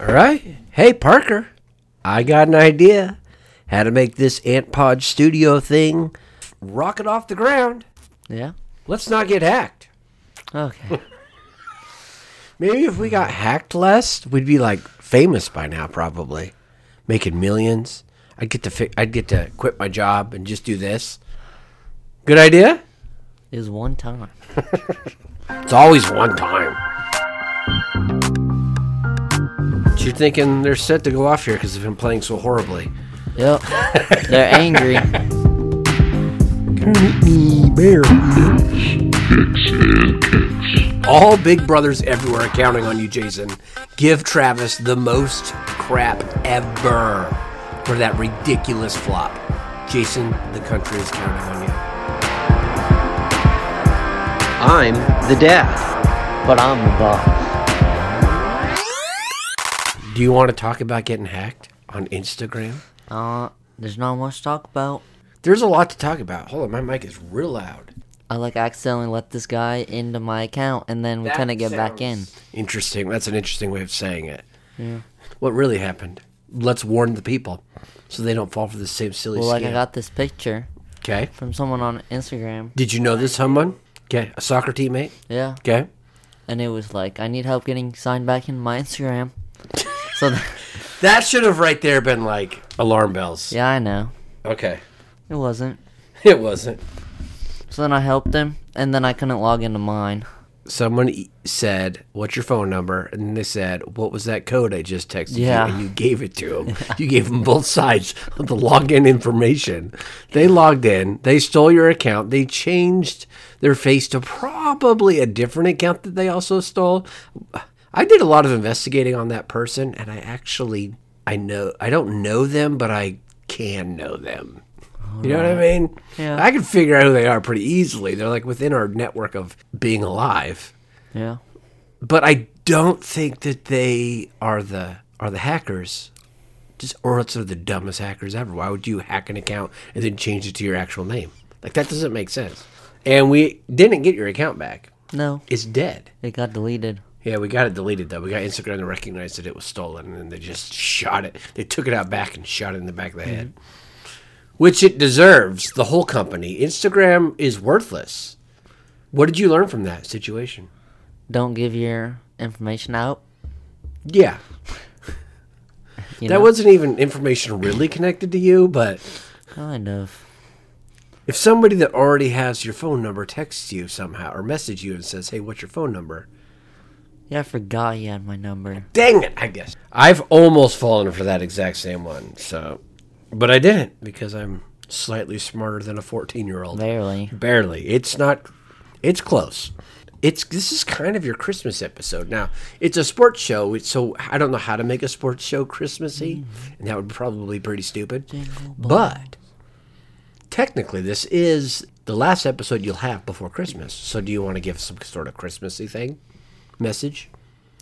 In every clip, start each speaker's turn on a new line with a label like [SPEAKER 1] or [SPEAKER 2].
[SPEAKER 1] All right. Hey, Parker, I got an idea how to make this Ant Pod Studio thing rocket off the ground.
[SPEAKER 2] Yeah.
[SPEAKER 1] Let's not get hacked.
[SPEAKER 2] Okay.
[SPEAKER 1] Maybe if we got hacked less, we'd be like famous by now, probably, making millions. I'd get to fi- I'd get to quit my job and just do this. Good idea.
[SPEAKER 2] it was one time.
[SPEAKER 1] It's always one time. But You're thinking they're set to go off here because they've been playing so horribly.
[SPEAKER 2] Yep. They're angry.
[SPEAKER 1] All Big Brothers everywhere are counting on you, Jason. Give Travis the most crap ever for that ridiculous flop. Jason, the country is counting on you.
[SPEAKER 2] I'm the dad, but I'm the boss.
[SPEAKER 1] Do you want to talk about getting hacked on Instagram?
[SPEAKER 2] Uh, there's not much to talk about.
[SPEAKER 1] There's a lot to talk about. Hold on, my mic is real loud.
[SPEAKER 2] I like accidentally let this guy into my account, and then we kind of get back in.
[SPEAKER 1] Interesting. That's an interesting way of saying it. Yeah. What really happened? Let's warn the people so they don't fall for the same silly
[SPEAKER 2] Well, like I
[SPEAKER 1] scam.
[SPEAKER 2] got this picture
[SPEAKER 1] okay.
[SPEAKER 2] from someone on Instagram.
[SPEAKER 1] Did you know this someone? Okay. A soccer teammate?
[SPEAKER 2] Yeah,
[SPEAKER 1] Okay.
[SPEAKER 2] and it was like, I need help getting signed back in my Instagram. so, th-
[SPEAKER 1] That should have right there been like alarm bells.
[SPEAKER 2] yeah, I know
[SPEAKER 1] Okay.
[SPEAKER 2] it wasn't.
[SPEAKER 1] It wasn't.
[SPEAKER 2] So then I helped him, and then I couldn't log into mine.
[SPEAKER 1] Someone e- said, "What's your phone number?" And they said, "What was that code I just texted
[SPEAKER 2] Yeah.
[SPEAKER 1] you?" And you gave it to them. you gave them both sides of the login information. They logged in. They stole your account. They changed their face to probably a different account that they also stole. I did a lot of investigating on that person, and I actually I know I don't know them, but I can know them. You know what I mean?
[SPEAKER 2] Yeah.
[SPEAKER 1] I can figure out who they are pretty easily. They're like within our network of being alive.
[SPEAKER 2] Yeah,
[SPEAKER 1] But I don't think that they are the are the hackers. Just or else they're the dumbest hackers ever. Why would you hack an account and then change it to your actual name? Like that doesn't make sense. And we didn't get your account back.
[SPEAKER 2] no,
[SPEAKER 1] It's dead.
[SPEAKER 2] it got deleted.
[SPEAKER 1] Yeah, we got it deleted though. We got Instagram to recognize that it was stolen, and then they just shot it. They took it out back and shot it in the back of the head, which it deserves. The whole company, Instagram, is worthless. What did you learn from that situation?
[SPEAKER 2] Don't give your information out.
[SPEAKER 1] Yeah,
[SPEAKER 2] You
[SPEAKER 1] that
[SPEAKER 2] know?
[SPEAKER 1] wasn't even information really connected to you, but
[SPEAKER 2] kind of.
[SPEAKER 1] if somebody that already has your phone number texts you somehow or message you and says, "Hey, what's your phone number?"
[SPEAKER 2] Yeah, I forgot you had my number.
[SPEAKER 1] Dang it, I guess. I've almost fallen for that exact same one, so but I didn't because I'm slightly smarter than a 14-year-old.
[SPEAKER 2] Barely.
[SPEAKER 1] Barely. It's not it's close. It's this is kind of your Christmas episode. Now, it's a sports show, it's so I don't know how to make a sports show Christmassy, and that would probably be pretty stupid. But technically this is the last episode you'll have before Christmas. So do you want to give some sort of Christmassy thing? Message?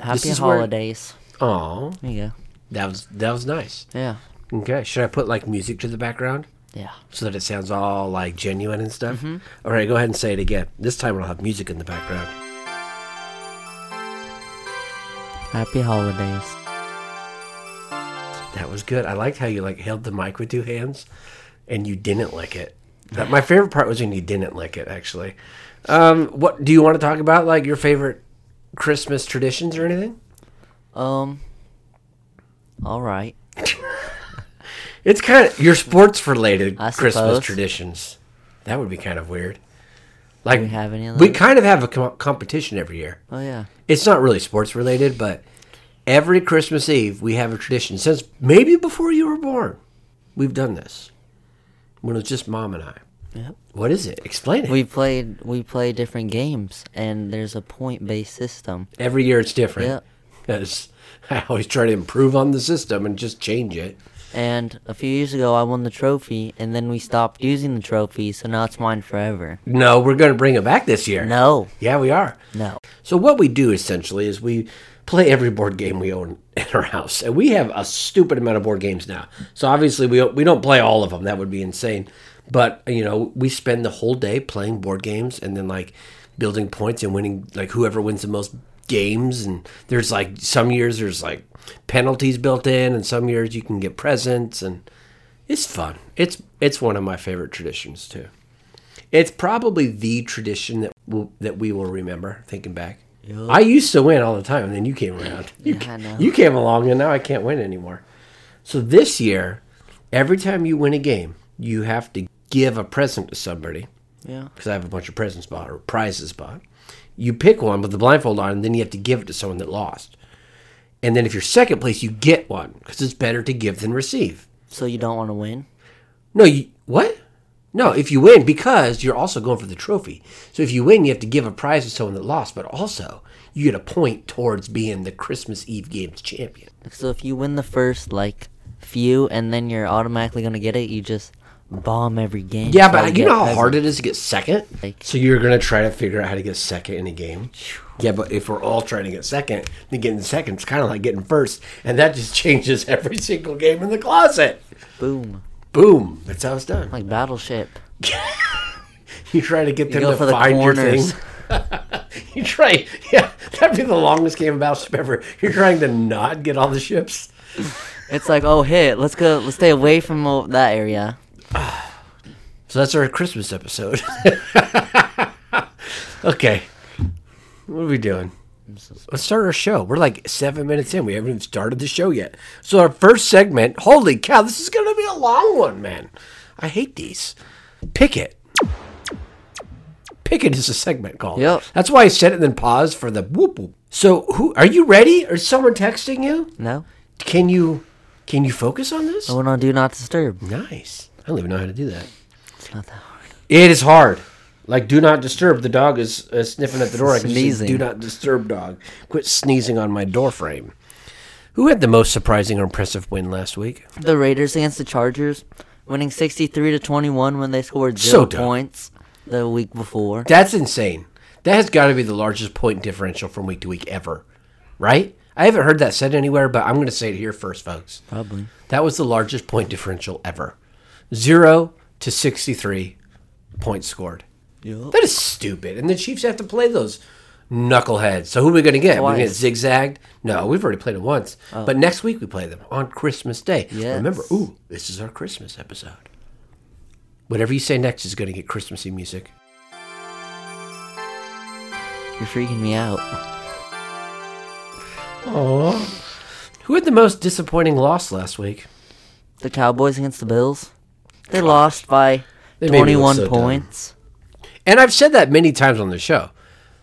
[SPEAKER 2] Happy
[SPEAKER 1] is where-
[SPEAKER 2] holidays.
[SPEAKER 1] Aw.
[SPEAKER 2] There you
[SPEAKER 1] That was that was nice.
[SPEAKER 2] go. Yeah.
[SPEAKER 1] Okay, should I put like music to the background
[SPEAKER 2] Yeah.
[SPEAKER 1] so that it sounds all like genuine and stuff? All right, go ahead and say it again. This time I'll have music in the background.
[SPEAKER 2] Happy holidays.
[SPEAKER 1] That was good. I liked how you like held the mic with two hands, and you didn't lick it. That, my favorite part was when you didn't lick it. Actually, um, what do you want to talk about? Like your favorite Christmas traditions or anything?
[SPEAKER 2] Um. All right.
[SPEAKER 1] It's kind of your sports related
[SPEAKER 2] I
[SPEAKER 1] Christmas
[SPEAKER 2] suppose.
[SPEAKER 1] traditions. That would be kind of weird. Like
[SPEAKER 2] we have any of
[SPEAKER 1] we
[SPEAKER 2] those?
[SPEAKER 1] kind of have a com- competition every year.
[SPEAKER 2] Oh yeah.
[SPEAKER 1] it's not really sports related, but every Christmas Eve we have a tradition since maybe before you were born. We've done this when it was just mom and I.
[SPEAKER 2] Yep.
[SPEAKER 1] What is it? Explain it.
[SPEAKER 2] We played. We play different games, and there's a point-based system.
[SPEAKER 1] every year it's different
[SPEAKER 2] Yep.
[SPEAKER 1] because I always try to improve on the system and just change it.
[SPEAKER 2] And a few years ago, I won the trophy, and then we stopped using the trophy, so now it's mine forever.
[SPEAKER 1] No, we're going to bring it back this year.
[SPEAKER 2] No.
[SPEAKER 1] Yeah, we are.
[SPEAKER 2] No.
[SPEAKER 1] So what we do essentially is we play every board game we own in our house, and we have a stupid amount of board games now. So obviously we we don't play all of them; that would be insane. But you know, we spend the whole day playing board games, and then like building points and winning. Like whoever wins the most games, and there's like some years there's like penalties built in, and some years you can get presents, and it's fun. It's it's one of my favorite traditions too. It's probably the tradition that will, that we will remember thinking back. I used to win all the time, and then you came around. You,
[SPEAKER 2] Yeah, I know.
[SPEAKER 1] you came along, and now I can't win anymore. So this year, every time you win a game, you have to give a present to somebody
[SPEAKER 2] Yeah.
[SPEAKER 1] because I have a bunch of presents bought or prizes bought. You pick one with the blindfold on, and then you have to give it to someone that lost. And then if you're second place, you get one because it's better to give than receive.
[SPEAKER 2] So you don't want to win?
[SPEAKER 1] No, you what? No, if you win, because you're also going for the trophy. So if you win, you have to give a prize to someone that lost, but also you get a point towards being the Christmas Eve games champion.
[SPEAKER 2] So if you win the first like few and then you're automatically gonna get it, you just bomb every game.
[SPEAKER 1] Yeah,
[SPEAKER 2] try
[SPEAKER 1] but
[SPEAKER 2] to
[SPEAKER 1] you
[SPEAKER 2] get
[SPEAKER 1] know how
[SPEAKER 2] presents.
[SPEAKER 1] hard it is to get second?
[SPEAKER 2] Like-
[SPEAKER 1] So you're going to try to figure out how to get second in a game? Yeah, but if we're all trying to get second, then getting second is kind of like getting first. And that just changes every single game in the closet.
[SPEAKER 2] Boom.
[SPEAKER 1] Boom. That's how it's done.
[SPEAKER 2] Like battleship.
[SPEAKER 1] You try to get them
[SPEAKER 2] go
[SPEAKER 1] to
[SPEAKER 2] for the
[SPEAKER 1] find your thing.
[SPEAKER 2] corners.
[SPEAKER 1] you try. Yeah, that'd be the longest game of Battleship ever. You're trying to not get all the ships.
[SPEAKER 2] It's like, oh hit, let's go let's stay away from o- that area.
[SPEAKER 1] So that's our Christmas episode. okay. What are we doing? Let's start our show. We're like seven minutes in. We haven't even started the show yet. So our first segment, holy cow, this is gonna be a long one, man. I hate these. Pick it. Pick it is a segment call.
[SPEAKER 2] Yep.
[SPEAKER 1] That's why I said it and then paused for the whoop whoop. So who are you ready? Is someone texting you?
[SPEAKER 2] No?
[SPEAKER 1] Can you can you focus on this?
[SPEAKER 2] I went on do not disturb.
[SPEAKER 1] Nice. I don't even know how to do that.
[SPEAKER 2] It's not that hard.
[SPEAKER 1] It is hard. Like, do not disturb. The dog is uh, sniffing at the door. I can just say,
[SPEAKER 2] Sneezing.
[SPEAKER 1] do not disturb, dog. Quit sneezing on my door frame. Who had the most surprising or impressive win last week?
[SPEAKER 2] The Raiders against the Chargers, winning sixty three to twenty one when they scored
[SPEAKER 1] So
[SPEAKER 2] zero
[SPEAKER 1] dumb.
[SPEAKER 2] points the week before.
[SPEAKER 1] That's insane. That has got to be the largest point differential from week to week ever, right? I haven't heard that said anywhere, but I'm going to say it here first, folks.
[SPEAKER 2] Probably.
[SPEAKER 1] That was the largest point differential ever. Zero to 63 points scored.
[SPEAKER 2] Yup.
[SPEAKER 1] That is stupid. And the Chiefs have to play those knuckleheads. So who are we going to get? We're going to get
[SPEAKER 2] Twice. Oh.
[SPEAKER 1] zigzagged? No, we've already played them once. But next week we play them on Christmas Day.
[SPEAKER 2] Yes.
[SPEAKER 1] Remember, ooh, this is our Christmas episode. Whatever you say next is going to get Christmassy music.
[SPEAKER 2] You're freaking me out.
[SPEAKER 1] Who had the most disappointing loss last week?
[SPEAKER 2] The Cowboys against the Bills. They lost by
[SPEAKER 1] They made me
[SPEAKER 2] twenty
[SPEAKER 1] look
[SPEAKER 2] one
[SPEAKER 1] so dumb.
[SPEAKER 2] points.
[SPEAKER 1] And I've said that many times on the show.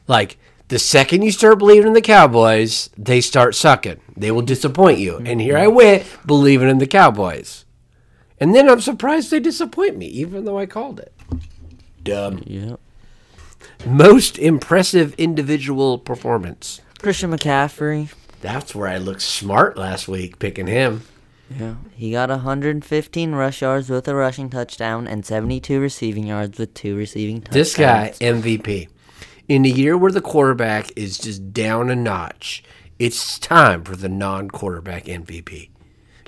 [SPEAKER 1] Like, the second you start believing in the Cowboys, they start sucking. They will disappoint you. And here I went believing in the Cowboys. And then I'm surprised they disappoint me, even though I called it. Dumb.
[SPEAKER 2] Yep.
[SPEAKER 1] Most impressive individual performance.
[SPEAKER 2] Christian McCaffrey.
[SPEAKER 1] That's where I looked smart last week picking him.
[SPEAKER 2] Yeah. He got 115 rush yards with a rushing touchdown and 72 receiving yards with two receiving touchdowns.
[SPEAKER 1] This guy, MVP. In a year where the quarterback is just down a notch, it's time for the non quarterback MVP.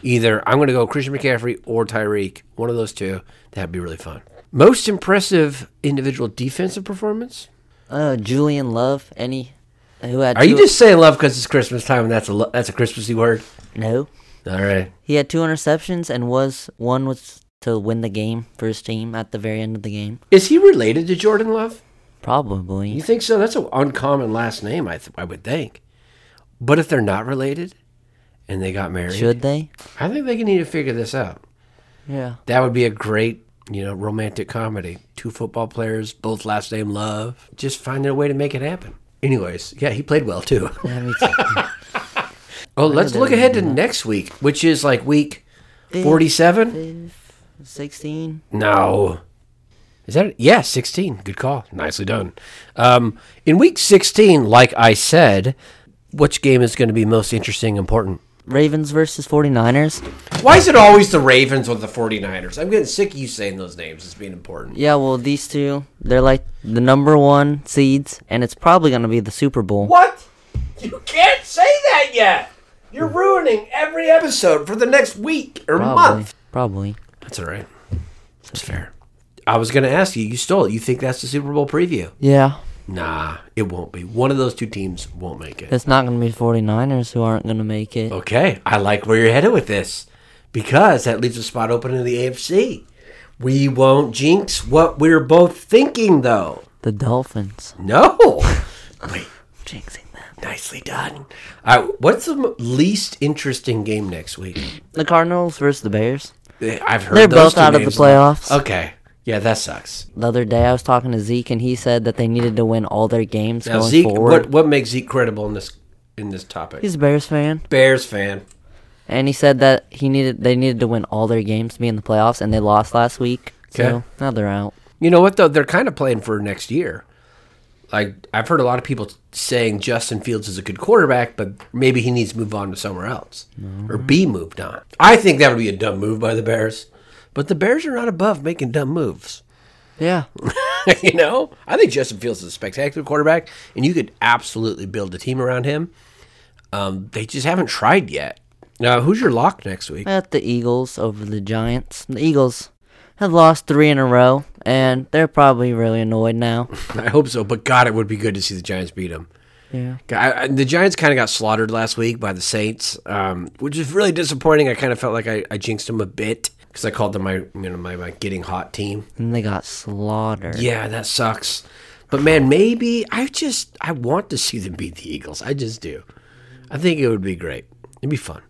[SPEAKER 1] Either I'm going to go Christian McCaffrey or Tyreek, one of those two. That'd be really fun. Most impressive individual defensive performance?
[SPEAKER 2] Uh, Julian Love. Any. Who had
[SPEAKER 1] Are you
[SPEAKER 2] two-
[SPEAKER 1] just saying love because it's Christmas time and that's a, lo- that's a Christmassy word?
[SPEAKER 2] No.
[SPEAKER 1] All right.
[SPEAKER 2] He had two interceptions and was. One was to win the game for his team at the very end of the game.
[SPEAKER 1] Is he related to Jordan Love? You
[SPEAKER 2] Probably.
[SPEAKER 1] think so? That's an uncommon last name, I, th- I would think. But if they're not related and they got married,
[SPEAKER 2] Should they?
[SPEAKER 1] I think they need to figure this out.
[SPEAKER 2] Yeah.
[SPEAKER 1] That would be a great, you know, romantic comedy. Two football players, both last name love. Just find a way to make it happen. Anyways, yeah, he played well too.
[SPEAKER 2] That makes sense.
[SPEAKER 1] Oh, let's look ahead to next week, which is like week 47?
[SPEAKER 2] 16.
[SPEAKER 1] No. Is that it? Yeah, 16. Good call. Nicely done. Um, in week 16, like I said, which game is going to be most interesting and important?
[SPEAKER 2] Ravens versus 49ers.
[SPEAKER 1] Why is it always the Ravens or the 49ers? I'm getting sick of you saying those names as being important.
[SPEAKER 2] Yeah, well, these two, they're like the number one seeds, and it's probably going to be the Super Bowl.
[SPEAKER 1] What? You can't say that yet. You're ruining every episode for the next week or
[SPEAKER 2] Probably.
[SPEAKER 1] month.
[SPEAKER 2] Probably.
[SPEAKER 1] That's all right. That's fair. I was going to ask you. You stole it. You think that's the Super Bowl preview?
[SPEAKER 2] Yeah.
[SPEAKER 1] Nah, it won't be. One of those two teams won't make it.
[SPEAKER 2] It's not going to be 49ers who aren't going to make it.
[SPEAKER 1] Okay, I like where you're headed with this because that leaves a spot open in the AFC. We won't jinx what we're both thinking, though.
[SPEAKER 2] The Dolphins.
[SPEAKER 1] No. Wait,
[SPEAKER 2] Jinxing them.
[SPEAKER 1] nicely done. All right, what's the m- least interesting game next week?
[SPEAKER 2] The Cardinals versus the Bears.
[SPEAKER 1] Eh, I've heard
[SPEAKER 2] They're
[SPEAKER 1] those
[SPEAKER 2] both
[SPEAKER 1] two
[SPEAKER 2] out of the
[SPEAKER 1] names.
[SPEAKER 2] playoffs.
[SPEAKER 1] Okay, yeah, that sucks.
[SPEAKER 2] The other day I was talking to Zeke and he said that they needed to win all their games
[SPEAKER 1] Now,
[SPEAKER 2] going
[SPEAKER 1] Zeke,
[SPEAKER 2] forward.
[SPEAKER 1] what what makes Zeke credible in this in this topic?
[SPEAKER 2] He's a Bears fan.
[SPEAKER 1] Bears fan.
[SPEAKER 2] And he said that he needed they needed to win all their games to be in the playoffs and they lost last week. So
[SPEAKER 1] Okay.
[SPEAKER 2] now they're out.
[SPEAKER 1] You know what though? They're kind of playing for next year. Like I've heard a lot of people saying Justin Fields is a good quarterback, but maybe he needs to move on to somewhere else or be moved on. I think that would be a dumb move by the Bears, but the Bears are not above making dumb moves.
[SPEAKER 2] Yeah.
[SPEAKER 1] you know, I think Justin Fields is a spectacular quarterback, and you could absolutely build a team around him. Um, they just haven't tried yet. Now, who's your lock next week?
[SPEAKER 2] At the Eagles over the Giants. The Eagles have lost three in a row and they're probably really annoyed now.
[SPEAKER 1] I hope so, but God, it would be good to see the Giants beat them.
[SPEAKER 2] Yeah.
[SPEAKER 1] I, I- the Giants kind of got slaughtered last week by the Saints, um, which is really disappointing. I kind of felt like I, I jinxed them a bit because I called them my you know my, my getting hot team.
[SPEAKER 2] And they got slaughtered.
[SPEAKER 1] Yeah, that sucks. But man, maybe I just I want to see them beat the Eagles. I just do. I think it would be great. It'd be fun.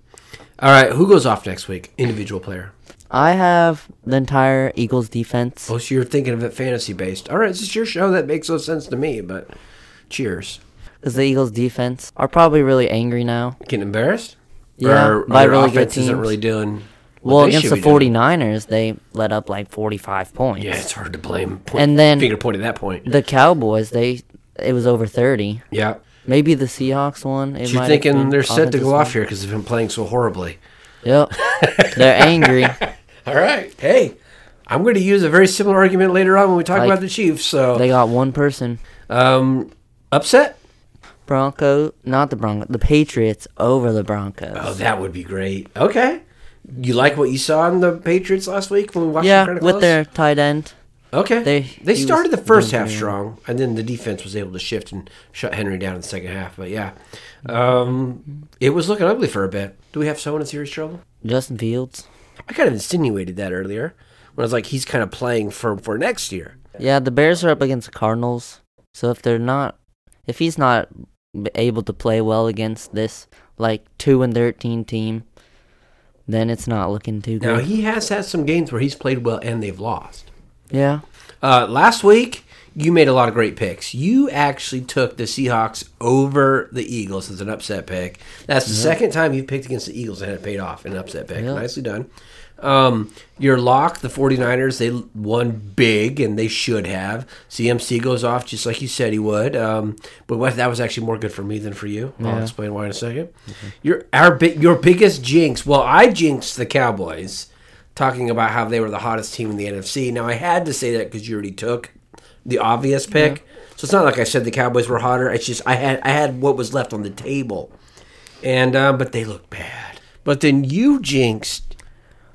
[SPEAKER 1] All right, who goes off next week? Individual player.
[SPEAKER 2] I have the entire Eagles defense.
[SPEAKER 1] Oh, so you're thinking of it fantasy based. All right, this is your show. That makes no sense to me, but cheers.
[SPEAKER 2] Is the Eagles defense are probably really angry now.
[SPEAKER 1] Getting embarrassed?
[SPEAKER 2] Yeah,
[SPEAKER 1] or, or
[SPEAKER 2] by
[SPEAKER 1] their
[SPEAKER 2] really good
[SPEAKER 1] offense isn't
[SPEAKER 2] teams.
[SPEAKER 1] really doing. what
[SPEAKER 2] well,
[SPEAKER 1] they
[SPEAKER 2] against
[SPEAKER 1] should
[SPEAKER 2] the
[SPEAKER 1] be doing.
[SPEAKER 2] 49ers, they let up like 45 points.
[SPEAKER 1] Yeah, it's hard to blame. Point,
[SPEAKER 2] And then
[SPEAKER 1] finger point at that point.
[SPEAKER 2] the Cowboys, they it was over 30.
[SPEAKER 1] Yeah,
[SPEAKER 2] Maybe the Seahawks one. It
[SPEAKER 1] so you're
[SPEAKER 2] might have
[SPEAKER 1] thinking
[SPEAKER 2] been
[SPEAKER 1] they're set to
[SPEAKER 2] offensive
[SPEAKER 1] go
[SPEAKER 2] line.
[SPEAKER 1] off here because they've been playing so horribly.
[SPEAKER 2] Yep. they're angry.
[SPEAKER 1] All right, hey, I'm going to use a very similar argument later on when we talk
[SPEAKER 2] Like-
[SPEAKER 1] about the Chiefs. So
[SPEAKER 2] They got one person.
[SPEAKER 1] um, upset.
[SPEAKER 2] Bronco, not the Bronco, the Patriots over the Broncos.
[SPEAKER 1] Oh, that would be great. Okay, you like what you saw in the Patriots last week when we watched?
[SPEAKER 2] yeah,
[SPEAKER 1] them kinda
[SPEAKER 2] with
[SPEAKER 1] close?
[SPEAKER 2] their tight end.
[SPEAKER 1] okay,
[SPEAKER 2] they-
[SPEAKER 1] they they
[SPEAKER 2] he
[SPEAKER 1] started the
[SPEAKER 2] was
[SPEAKER 1] first
[SPEAKER 2] doing
[SPEAKER 1] half
[SPEAKER 2] pretty
[SPEAKER 1] strong, and then the defense was able to shift and shut Henry down in the second half. But yeah, um, it was looking ugly for a bit. Do we have someone in serious trouble?
[SPEAKER 2] Justin Fields.
[SPEAKER 1] I kind of insinuated that earlier when I was like, he's kind of playing for for next year.
[SPEAKER 2] Yeah, the Bears are up against the Cardinals. So if they're not, if he's not b- able to play well against this like two and thirteen team, then it's not looking too
[SPEAKER 1] Now
[SPEAKER 2] good.
[SPEAKER 1] he has had some games where he's played well and they've lost.
[SPEAKER 2] yeah,
[SPEAKER 1] Uh, last week you made a lot of great picks. You actually took the Seahawks over the Eagles as an upset pick. That's the second time you've picked against the Eagles and had it paid off an upset pick.
[SPEAKER 2] Yeah.
[SPEAKER 1] Nicely done. Um, your lock, the 49ers, they won big and they should have. CMC goes off just like you said he would. Um, but what, that was actually more good for me than for you. I'll
[SPEAKER 2] Yeah.
[SPEAKER 1] explain why in a 2nd Your our bi- your biggest jinx. Well, I jinxed the Cowboys, talking about how they were the hottest team in the NFC. Now I had to say that because you already took the obvious pick. So it's not like I said the Cowboys were hotter. It's just I had I had what was left on the table, and um, but they looked bad. But then you jinxed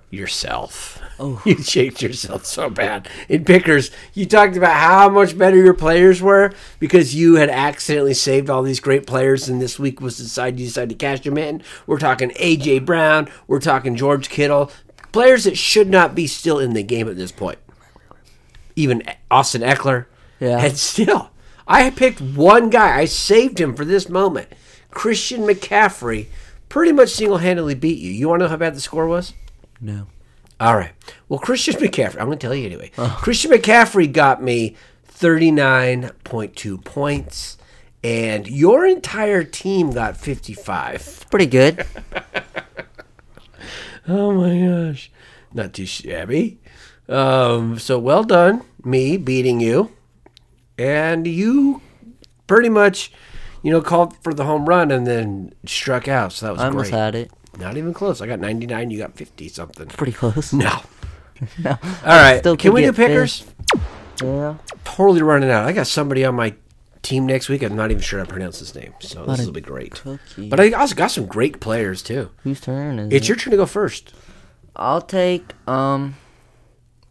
[SPEAKER 1] yourself. Oh. You jinxed yourself so bad. In Pickers, you talked about how much better your players were because you had accidentally saved all these great players, and this week was decided you decided to cash them in. We're talking A.J. Brown, we're talking George Kittle, players that should not be still in the game at this point. Even Austin Eckler.
[SPEAKER 2] Yeah.
[SPEAKER 1] And still, I picked one guy. I saved him for this moment. Christian McCaffrey pretty much single handedly beat you. You want to know how bad the score was?
[SPEAKER 2] no.
[SPEAKER 1] All right. Oh. Well, Christian McCaffrey, I'm going to tell you anyway. Christian McCaffrey got me 39.2 points, and your entire team got 55.
[SPEAKER 2] Pretty good.
[SPEAKER 1] Oh my gosh. Not too shabby. Um, so well done, me beating you. And you pretty much, you know, called for the home run and then struck out. So that was
[SPEAKER 2] I almost
[SPEAKER 1] great.
[SPEAKER 2] had it.
[SPEAKER 1] Not even close. I got 99, you got 50 something.
[SPEAKER 2] Pretty close.
[SPEAKER 1] No. no. All right.
[SPEAKER 2] Still
[SPEAKER 1] Can
[SPEAKER 2] could
[SPEAKER 1] we do
[SPEAKER 2] get
[SPEAKER 1] pickers?
[SPEAKER 2] Yeah.
[SPEAKER 1] Totally running out. I got somebody on my team next week. I'm not even sure how to pronounce his name. So
[SPEAKER 2] What a
[SPEAKER 1] this will be great.
[SPEAKER 2] cookie.
[SPEAKER 1] But I also got some great players too.
[SPEAKER 2] Whose turn is
[SPEAKER 1] It's
[SPEAKER 2] it?
[SPEAKER 1] your turn to go first.
[SPEAKER 2] I'll take um,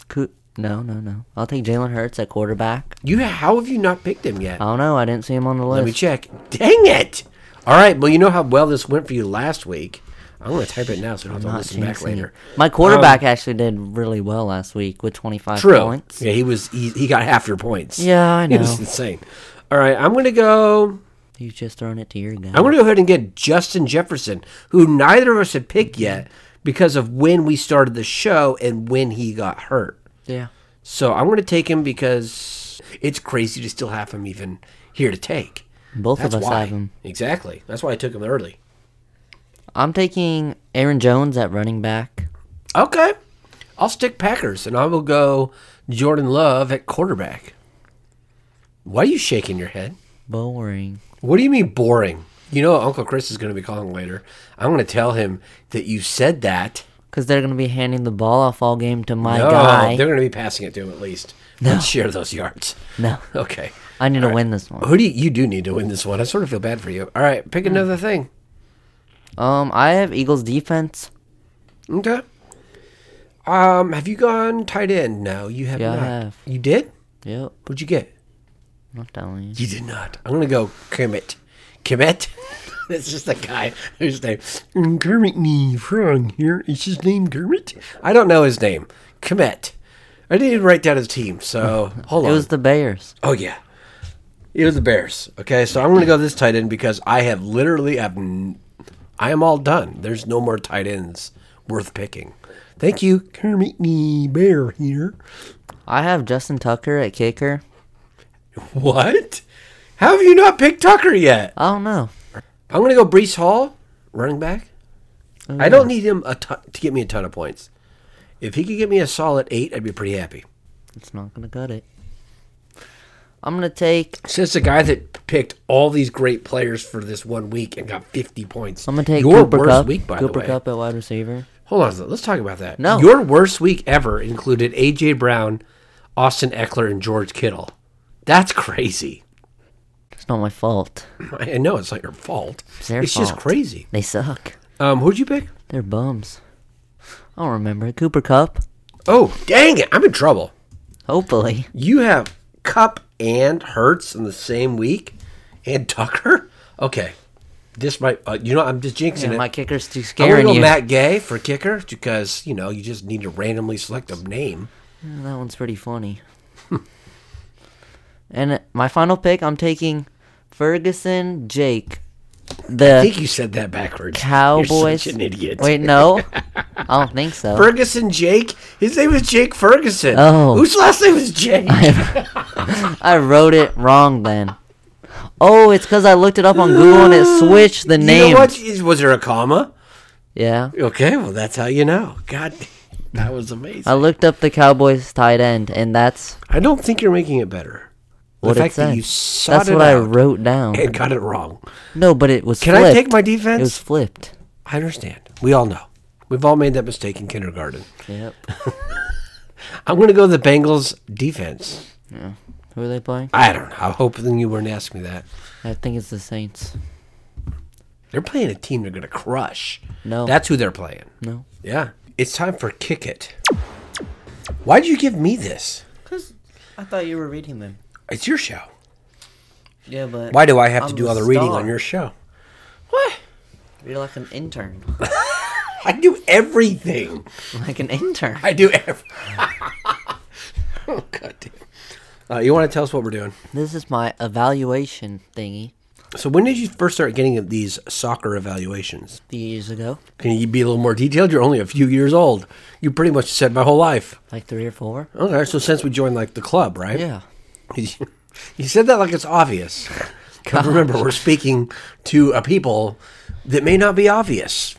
[SPEAKER 2] Coo- No, no, no. I'll take Jalen Hurts at quarterback.
[SPEAKER 1] You how have you not picked him yet?
[SPEAKER 2] I don't know. I didn't see him on the list.
[SPEAKER 1] Let me check. Dang it! All right. Well, you know how well this went for you last week. I'm going to type it now so I don't have to
[SPEAKER 2] Not
[SPEAKER 1] listen back
[SPEAKER 2] jinxing
[SPEAKER 1] later. Um,
[SPEAKER 2] it. My quarterback actually did really well last week with 25
[SPEAKER 1] True.
[SPEAKER 2] points.
[SPEAKER 1] Yeah, he was. He, he got half your points.
[SPEAKER 2] Yeah, I
[SPEAKER 1] It was
[SPEAKER 2] know.
[SPEAKER 1] insane. All right, I'm going to go.
[SPEAKER 2] You just thrown it to your guy.
[SPEAKER 1] I'm going to go ahead and get Justin Jefferson, who neither of us had
[SPEAKER 2] Mm-hmm.
[SPEAKER 1] picked yet because of when we started the show and when he got hurt.
[SPEAKER 2] yeah.
[SPEAKER 1] So I'm going to take him because it's crazy to still have him even here to take.
[SPEAKER 2] Both
[SPEAKER 1] That's
[SPEAKER 2] of us
[SPEAKER 1] why.
[SPEAKER 2] have him.
[SPEAKER 1] Exactly. That's why I took him early.
[SPEAKER 2] I'm taking Aaron Jones at running back.
[SPEAKER 1] Okay. I'll stick Packers and I will go Jordan Love at quarterback. Why are you shaking your head?
[SPEAKER 2] Boring.
[SPEAKER 1] What do you mean boring? You know what Uncle Chris is going to be calling later. I'm going to tell him that you said that.
[SPEAKER 2] Because they're going to be handing the ball off all game to my
[SPEAKER 1] No,
[SPEAKER 2] guy.
[SPEAKER 1] they're going to be passing it to him at least. Let's share those yards.
[SPEAKER 2] No.
[SPEAKER 1] Okay.
[SPEAKER 2] I need to win this one.
[SPEAKER 1] Who do you, you do need to win this one? I sort of feel bad for you. All right,
[SPEAKER 2] Hmm.
[SPEAKER 1] pick another thing.
[SPEAKER 2] Um, I have Eagles defense.
[SPEAKER 1] Okay. Um, have you gone tight end? No, you have
[SPEAKER 2] Yeah, I
[SPEAKER 1] not.
[SPEAKER 2] have.
[SPEAKER 1] You did?
[SPEAKER 2] Yep.
[SPEAKER 1] What'd you get?
[SPEAKER 2] Not telling you.
[SPEAKER 1] You did not. I'm gonna go Kermit. Kermit. That's just the guy whose name "Mm, Kermit me Frog here. Is his name Kermit? I don't know his name. Kermit. I didn't even write down his team, so hold
[SPEAKER 2] It
[SPEAKER 1] on.
[SPEAKER 2] was the Bears.
[SPEAKER 1] oh yeah, it was the Bears. Okay, so I'm gonna go this tight end because I have literally have n- I am all done. There's no more tight ends worth picking. Thank you, Kermit me Bear here.
[SPEAKER 2] I have Justin Tucker at kicker.
[SPEAKER 1] What? How have you not picked Tucker yet?
[SPEAKER 2] I don't know.
[SPEAKER 1] I'm gonna go Brees Hall, running back. I don't need him a ton, to get me a ton of points. If he could get me a solid eight, I'd be pretty happy.
[SPEAKER 2] It's not going to cut it. I'm going to take.
[SPEAKER 1] Since the guy that picked all these great players for this one week and got 50 points,
[SPEAKER 2] I'm going to take
[SPEAKER 1] your
[SPEAKER 2] Cooper
[SPEAKER 1] worst
[SPEAKER 2] Cup.
[SPEAKER 1] week by the
[SPEAKER 2] Cooper
[SPEAKER 1] way.
[SPEAKER 2] Cup at wide receiver.
[SPEAKER 1] Hold on, a second, let's talk about that.
[SPEAKER 2] No.
[SPEAKER 1] your worst week ever included AJ Brown, Austin Eckler, and George Kittle. That's crazy.
[SPEAKER 2] It's not my fault.
[SPEAKER 1] I know it's not your fault.
[SPEAKER 2] It's their
[SPEAKER 1] just
[SPEAKER 2] fault.
[SPEAKER 1] crazy.
[SPEAKER 2] They suck.
[SPEAKER 1] Um, who'd you pick?
[SPEAKER 2] They're bums. I don't remember. Cooper Cup?
[SPEAKER 1] Oh, dang it! I'm in trouble.
[SPEAKER 2] Hopefully.
[SPEAKER 1] You have Cup and Hertz in the same week, and Tucker. Okay, this might. Uh, you know, I'm just jinxing
[SPEAKER 2] Yeah,
[SPEAKER 1] it.
[SPEAKER 2] my kicker's too
[SPEAKER 1] I'm gonna
[SPEAKER 2] scaring
[SPEAKER 1] go
[SPEAKER 2] you.
[SPEAKER 1] Matt Gay for kicker because you know you just need to randomly select a name.
[SPEAKER 2] Yeah, That one's pretty funny. and uh, my final pick, I'm taking Ferguson Jake.
[SPEAKER 1] I
[SPEAKER 2] The
[SPEAKER 1] think you said that backwards. You're
[SPEAKER 2] Cowboys.
[SPEAKER 1] such an idiot.
[SPEAKER 2] Wait, no. I don't think so.
[SPEAKER 1] Ferguson Jake. His name is Jake Ferguson.
[SPEAKER 2] Oh.
[SPEAKER 1] whose last name is Jake?
[SPEAKER 2] I wrote it wrong then. Oh, it's because I looked it up on Google and it switched the
[SPEAKER 1] You
[SPEAKER 2] name.
[SPEAKER 1] know what? Is- Was there a comma?
[SPEAKER 2] Yeah.
[SPEAKER 1] Okay, well that's how you know. God, that was amazing.
[SPEAKER 2] I looked up the Cowboys tight end, and that's
[SPEAKER 1] I don't think you're making it better. The
[SPEAKER 2] What it
[SPEAKER 1] fact that
[SPEAKER 2] said.
[SPEAKER 1] you sought
[SPEAKER 2] that's
[SPEAKER 1] it
[SPEAKER 2] what I
[SPEAKER 1] out
[SPEAKER 2] wrote down.
[SPEAKER 1] and got it wrong.
[SPEAKER 2] No, but it was.
[SPEAKER 1] Can
[SPEAKER 2] flipped.
[SPEAKER 1] I take my
[SPEAKER 2] It
[SPEAKER 1] defense?
[SPEAKER 2] was flipped.
[SPEAKER 1] I understand. We all know. We've all made that mistake in kindergarten.
[SPEAKER 2] Yep.
[SPEAKER 1] I'm going to go the Bengals defense.
[SPEAKER 2] Who are they playing?
[SPEAKER 1] I don't know. I hope then you weren't asking me that.
[SPEAKER 2] I think it's the Saints.
[SPEAKER 1] They're playing a team they're going to crush.
[SPEAKER 2] No.
[SPEAKER 1] That's who they're playing.
[SPEAKER 2] no.
[SPEAKER 1] Yeah. It's time for Kick It. Why did you give me this?
[SPEAKER 2] Cause I thought you were reading them.
[SPEAKER 1] It's your show.
[SPEAKER 2] Yeah, but
[SPEAKER 1] Why do I have to
[SPEAKER 2] I'm
[SPEAKER 1] do
[SPEAKER 2] the
[SPEAKER 1] all the reading
[SPEAKER 2] star.
[SPEAKER 1] on your show? What?
[SPEAKER 2] You're like an intern.
[SPEAKER 1] I do everything.
[SPEAKER 2] like an intern.
[SPEAKER 1] I do everything. oh, God damn. Uh, you want to tell us what we're doing?
[SPEAKER 2] This is my evaluation thingy.
[SPEAKER 1] So when did you first start getting these soccer evaluations?
[SPEAKER 2] A few years ago,
[SPEAKER 1] Can you be a little more detailed? You're only a few years old. You pretty much said my whole life.
[SPEAKER 2] like three or four.
[SPEAKER 1] Okay, so since we joined like the club, right?
[SPEAKER 2] Yeah.
[SPEAKER 1] you said that like it's obvious. But remember, we're speaking to a people that may not be obvious.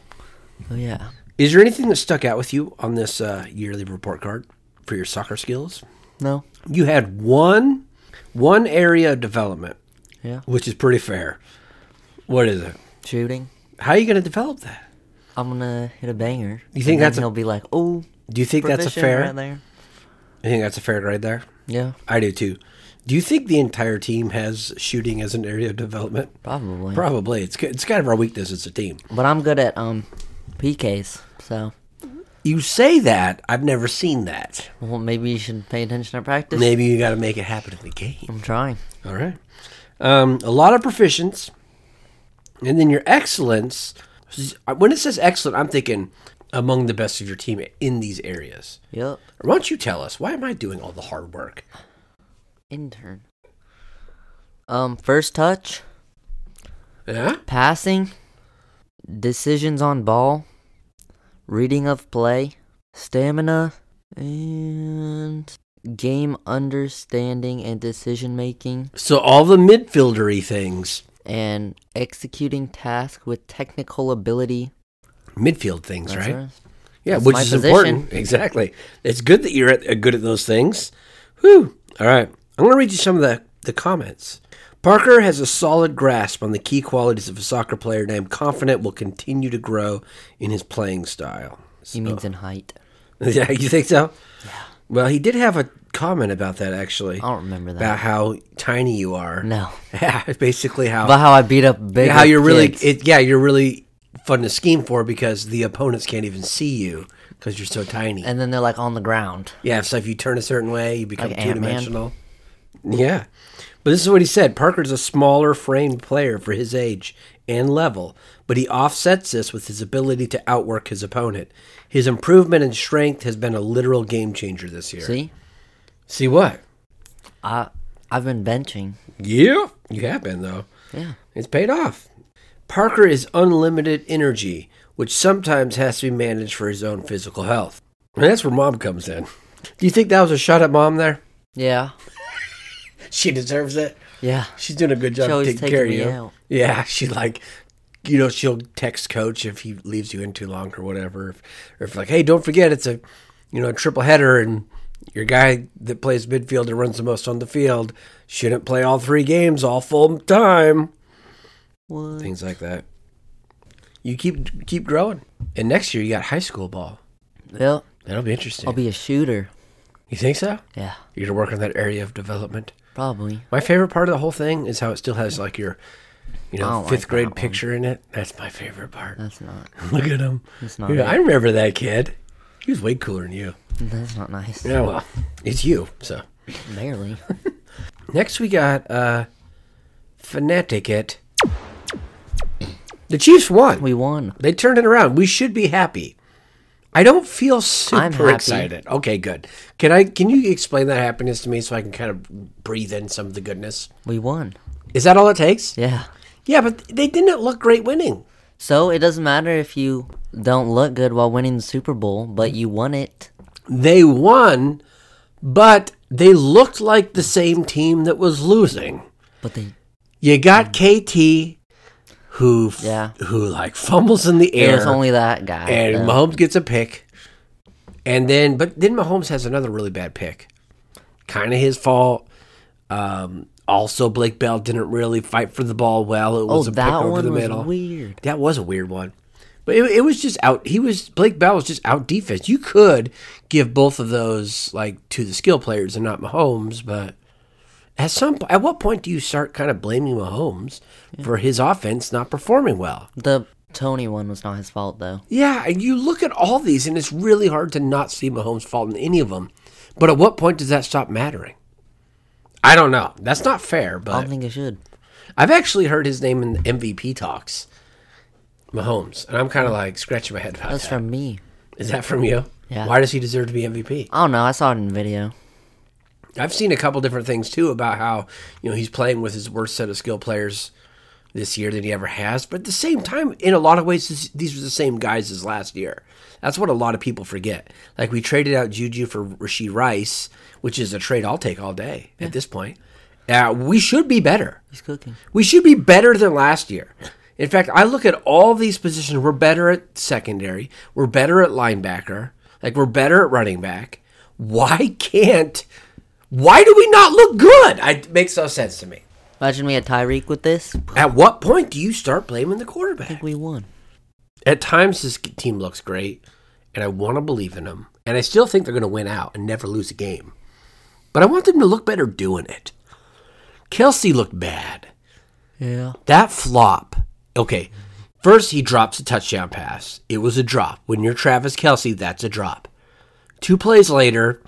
[SPEAKER 2] Oh yeah.
[SPEAKER 1] Is there anything that stuck out with you on this uh, yearly report card for your soccer skills?
[SPEAKER 2] No.
[SPEAKER 1] You had one one area of development,
[SPEAKER 2] Yeah.
[SPEAKER 1] which is pretty fair. What is it?
[SPEAKER 2] Shooting.
[SPEAKER 1] How are you going to develop that?
[SPEAKER 2] I'm gonna hit a banger. You
[SPEAKER 1] think
[SPEAKER 2] and then
[SPEAKER 1] that's a-
[SPEAKER 2] he'll be like, oh,
[SPEAKER 1] Do you think that's a
[SPEAKER 2] proficient
[SPEAKER 1] fair?
[SPEAKER 2] right there.
[SPEAKER 1] You think that's a fair grade there?
[SPEAKER 2] Yeah,
[SPEAKER 1] I do too. Do you think the entire team has shooting as an area of development?
[SPEAKER 2] probably.
[SPEAKER 1] Probably. It's ki- it's kind of our weakness as a team.
[SPEAKER 2] but I'm good at um PKs, so
[SPEAKER 1] You say that. I've never seen that.
[SPEAKER 2] Well, maybe you should pay attention at practice.
[SPEAKER 1] Maybe you got to make it happen in the game.
[SPEAKER 2] I'm trying.
[SPEAKER 1] All right. Um, a lot of proficients. And then your excellence. uh, When it says excellent, I'm thinking among the best of your team in these areas.
[SPEAKER 2] Yep.
[SPEAKER 1] Why don't you tell us? Why am I doing all the hard work?
[SPEAKER 2] Intern. Um, first touch,
[SPEAKER 1] Yeah?
[SPEAKER 2] passing, decisions on ball, reading of play, stamina, and game understanding and decision making,
[SPEAKER 1] So all the midfieldery things,
[SPEAKER 2] and executing task with technical ability.
[SPEAKER 1] midfield things,
[SPEAKER 2] That's
[SPEAKER 1] right?
[SPEAKER 2] right.
[SPEAKER 1] Yeah,
[SPEAKER 2] That's
[SPEAKER 1] which
[SPEAKER 2] my
[SPEAKER 1] is
[SPEAKER 2] position.
[SPEAKER 1] important. Exactly. It's good that you're at, uh, good at those things. Whew. All right. I'm going to read you some of the, the comments. Parker has a solid grasp on the key qualities of a soccer player, and I'm confident will continue to grow in his playing style.
[SPEAKER 2] He means in height.
[SPEAKER 1] Yeah, you think so? Yeah. Well, he did have a comment about that, actually,
[SPEAKER 2] I don't remember that.
[SPEAKER 1] about how tiny you are.
[SPEAKER 2] No.
[SPEAKER 1] Yeah, basically how
[SPEAKER 2] About how I beat up big.
[SPEAKER 1] how you're really it, yeah you're really fun to scheme for because the opponents can't even see you because you're so tiny
[SPEAKER 2] and then they're like on the ground.
[SPEAKER 1] yeah so if you turn a certain way you become
[SPEAKER 2] Like
[SPEAKER 1] two
[SPEAKER 2] Ant-Man.
[SPEAKER 1] dimensional yeah but this is what he said parker's a smaller framed player for his age and level but he offsets this with his ability to outwork his opponent his improvement in strength has been a literal game changer this year
[SPEAKER 2] See,
[SPEAKER 1] see what
[SPEAKER 2] I I've been benching.
[SPEAKER 1] yeah you have been though
[SPEAKER 2] Yeah.
[SPEAKER 1] It's paid off. Parker is unlimited energy, which sometimes has to be managed for his own physical health. And that's where mom comes in. Do you think that was a shot at mom there?
[SPEAKER 2] Yeah.
[SPEAKER 1] She deserves it.
[SPEAKER 2] Yeah.
[SPEAKER 1] She's doing a good job
[SPEAKER 2] She always
[SPEAKER 1] taking care of
[SPEAKER 2] taking
[SPEAKER 1] you.
[SPEAKER 2] me out.
[SPEAKER 1] Yeah, she like, you know, she'll text coach if he leaves you in too long or whatever. If, or if like, hey, don't forget it's a, you know, a triple header and your guy that plays midfield and runs the most on the field shouldn't play all three games all full time.
[SPEAKER 2] What?
[SPEAKER 1] things like that. You keep keep growing, and next year you got high school ball.
[SPEAKER 2] Well,
[SPEAKER 1] That'll be interesting.
[SPEAKER 2] I'll be a shooter.
[SPEAKER 1] you think so?
[SPEAKER 2] Yeah.
[SPEAKER 1] You're gonna work on that area of development.
[SPEAKER 2] Probably.
[SPEAKER 1] My favorite part of the whole thing is how it still has like your, you
[SPEAKER 2] I
[SPEAKER 1] know,
[SPEAKER 2] don't like
[SPEAKER 1] fifth grade
[SPEAKER 2] that one.
[SPEAKER 1] picture in it. That's my favorite part.
[SPEAKER 2] That's not.
[SPEAKER 1] Look at him.
[SPEAKER 2] That's not.
[SPEAKER 1] You know,
[SPEAKER 2] it.
[SPEAKER 1] I remember that kid. He was way cooler than you.
[SPEAKER 2] That's not nice.
[SPEAKER 1] Yeah, well, it's you. So
[SPEAKER 2] Barely.
[SPEAKER 1] next we got uh, Fnatic it. The Chiefs won.
[SPEAKER 2] We won.
[SPEAKER 1] They turned it around. We should be happy. I don't feel super
[SPEAKER 2] I'm happy.
[SPEAKER 1] excited. Okay, good. Can I can you explain that happiness to me so I can kind of breathe in some of the goodness?
[SPEAKER 2] We won.
[SPEAKER 1] Is that all it takes?
[SPEAKER 2] Yeah.
[SPEAKER 1] Yeah, but they didn't look great winning.
[SPEAKER 2] So it doesn't matter if you don't look good while winning the Super Bowl, but you won it.
[SPEAKER 1] They won, but they looked like the same team that was losing.
[SPEAKER 2] But they.
[SPEAKER 1] You got KT who f-
[SPEAKER 2] Mm. Yeah.
[SPEAKER 1] who like fumbles in the
[SPEAKER 2] It
[SPEAKER 1] air
[SPEAKER 2] was only that guy.
[SPEAKER 1] and
[SPEAKER 2] though.
[SPEAKER 1] Mahomes gets a pick. And then but then Mahomes has another really bad pick. kind of his fault. Um, also, Blake Bell didn't really fight for the ball well. It
[SPEAKER 2] oh,
[SPEAKER 1] was a pick
[SPEAKER 2] that
[SPEAKER 1] over the
[SPEAKER 2] one was
[SPEAKER 1] middle.
[SPEAKER 2] weird.
[SPEAKER 1] That was a weird one, but it, it was just out. He was Blake Bell was just out defense. You could give both of those like to the skill players and not Mahomes, but at some po- at what point do you start kind of blaming Mahomes for his offense not performing well?
[SPEAKER 2] The Tony one was not his fault though.
[SPEAKER 1] Yeah, and you look at all these, and it's really hard to not see Mahomes' fault in any of them. But at what point does that stop mattering? I don't know. That's not fair,
[SPEAKER 2] I
[SPEAKER 1] but
[SPEAKER 2] don't think it should.
[SPEAKER 1] I've actually heard his name in the MVP talks, Mahomes, and I'm kind of like scratching my head about
[SPEAKER 2] That's
[SPEAKER 1] that.
[SPEAKER 2] from me.
[SPEAKER 1] Is that from you?
[SPEAKER 2] Yeah.
[SPEAKER 1] Why does he deserve to be MVP?
[SPEAKER 2] I don't know. I saw it in video.
[SPEAKER 1] I've seen a couple different things too about how you know he's playing with his worst set of skill players this year than he ever has. But at the same time, in a lot of ways, this, these are the same guys as last year. That's what a lot of people forget. Like we traded out Juju for Rasheed Rice, which is a trade I'll take all day at this point. Uh, we should be better.
[SPEAKER 2] He's cooking.
[SPEAKER 1] We should be better than last year. In fact, I look at all these positions. We're better at secondary. We're better at linebacker. Like we're better at running back. Why can't? Why do we not look good? I, it makes no sense to me.
[SPEAKER 2] Imagine we had Tyreek with this.
[SPEAKER 1] At what point do you start blaming the quarterback?
[SPEAKER 2] We won.
[SPEAKER 1] At times, this team looks great, and I want to believe in them. And I still think they're going to win out and never lose a game. But I want them to look better doing it. Kelsey looked bad.
[SPEAKER 2] Yeah.
[SPEAKER 1] That flop. Okay. First, he drops a touchdown pass. It was a drop. When you're Travis Kelsey, that's a drop. Two plays later,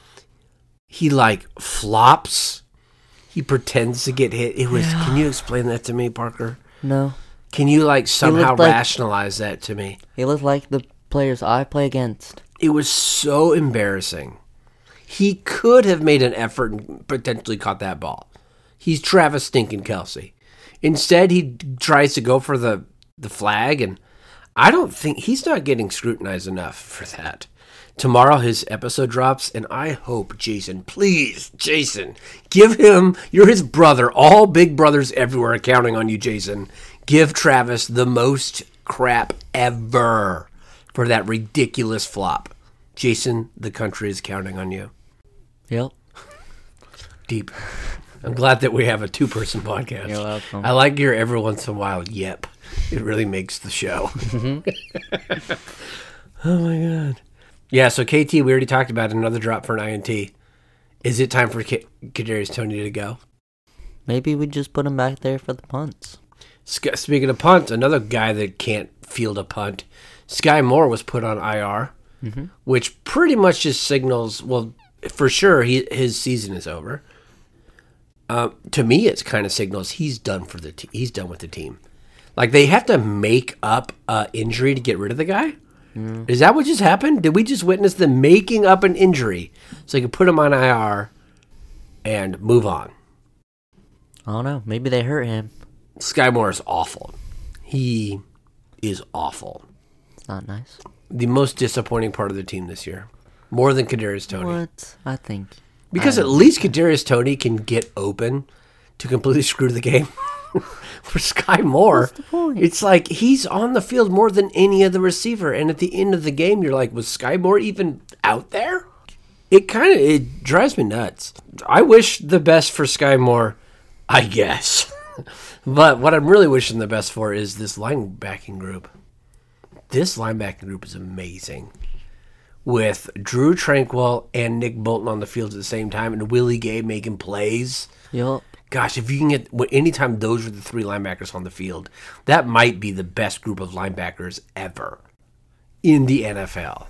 [SPEAKER 1] he like flops. He pretends to get hit. It was. Can you explain that to me, Parker?
[SPEAKER 2] No.
[SPEAKER 1] Can you like somehow
[SPEAKER 2] like-
[SPEAKER 1] rationalize that to me?
[SPEAKER 2] He looked like the players I play against.
[SPEAKER 1] It was so embarrassing. He could have made an effort and potentially caught that ball. He's Travis stinking Kelsey. Instead, he d- tries to go for the the flag, and I don't think he's not getting scrutinized enough for that. Tomorrow his episode drops, and I hope Jason, please, Jason, give him. You're his brother. All big brothers everywhere are counting on you, Jason. Give Travis the most crap ever for that ridiculous flop. Jason, the country is counting on you.
[SPEAKER 2] Yep.
[SPEAKER 1] Deep. I'm glad that we have a two person podcast.
[SPEAKER 2] You're welcome.
[SPEAKER 1] I like your every once in a while, yep. It really makes the show.
[SPEAKER 2] Mm-hmm.
[SPEAKER 1] oh my God. Yeah, so KT, we already talked about another drop for an INT. Is it time for K- Kadarius Tony to go?
[SPEAKER 2] Maybe we just put him back there for the punts.
[SPEAKER 1] Sc- Speaking of punt, another guy that can't field a punt, Sky Moore was put on IR, which pretty much just signals well, for sure he, his season is over. Uh, to me, it's kind of signals he's done for the te- he's done with the team. Like they have to make up a injury to get rid of the guy. Is that what just happened? Did we just witness them making up an injury so they could put him on IR and move on?
[SPEAKER 2] I don't know. Maybe they hurt him.
[SPEAKER 1] Sky Moore is awful. He is awful.
[SPEAKER 2] It's not nice.
[SPEAKER 1] The most disappointing part of the team this year, more than Kadarius Tony,
[SPEAKER 2] What? I think.
[SPEAKER 1] because at least Kadarius Tony can get open to completely screw the game. For Sky Moore,
[SPEAKER 2] point?
[SPEAKER 1] it's like he's on the field more than any other receiver, and at the end of the game, you're like, was Sky Moore even out there? It kind of it drives me nuts. I wish the best for Sky Moore, I guess. But what I'm really wishing the best for is this linebacking group. This linebacking group is amazing. With Drew Tranquil and Nick Bolton on the field at the same time and Willie Gay making plays.
[SPEAKER 2] Yup.
[SPEAKER 1] Gosh, if you can get well, anytime those are the three linebackers on the field, that might be the best group of linebackers ever in the NFL.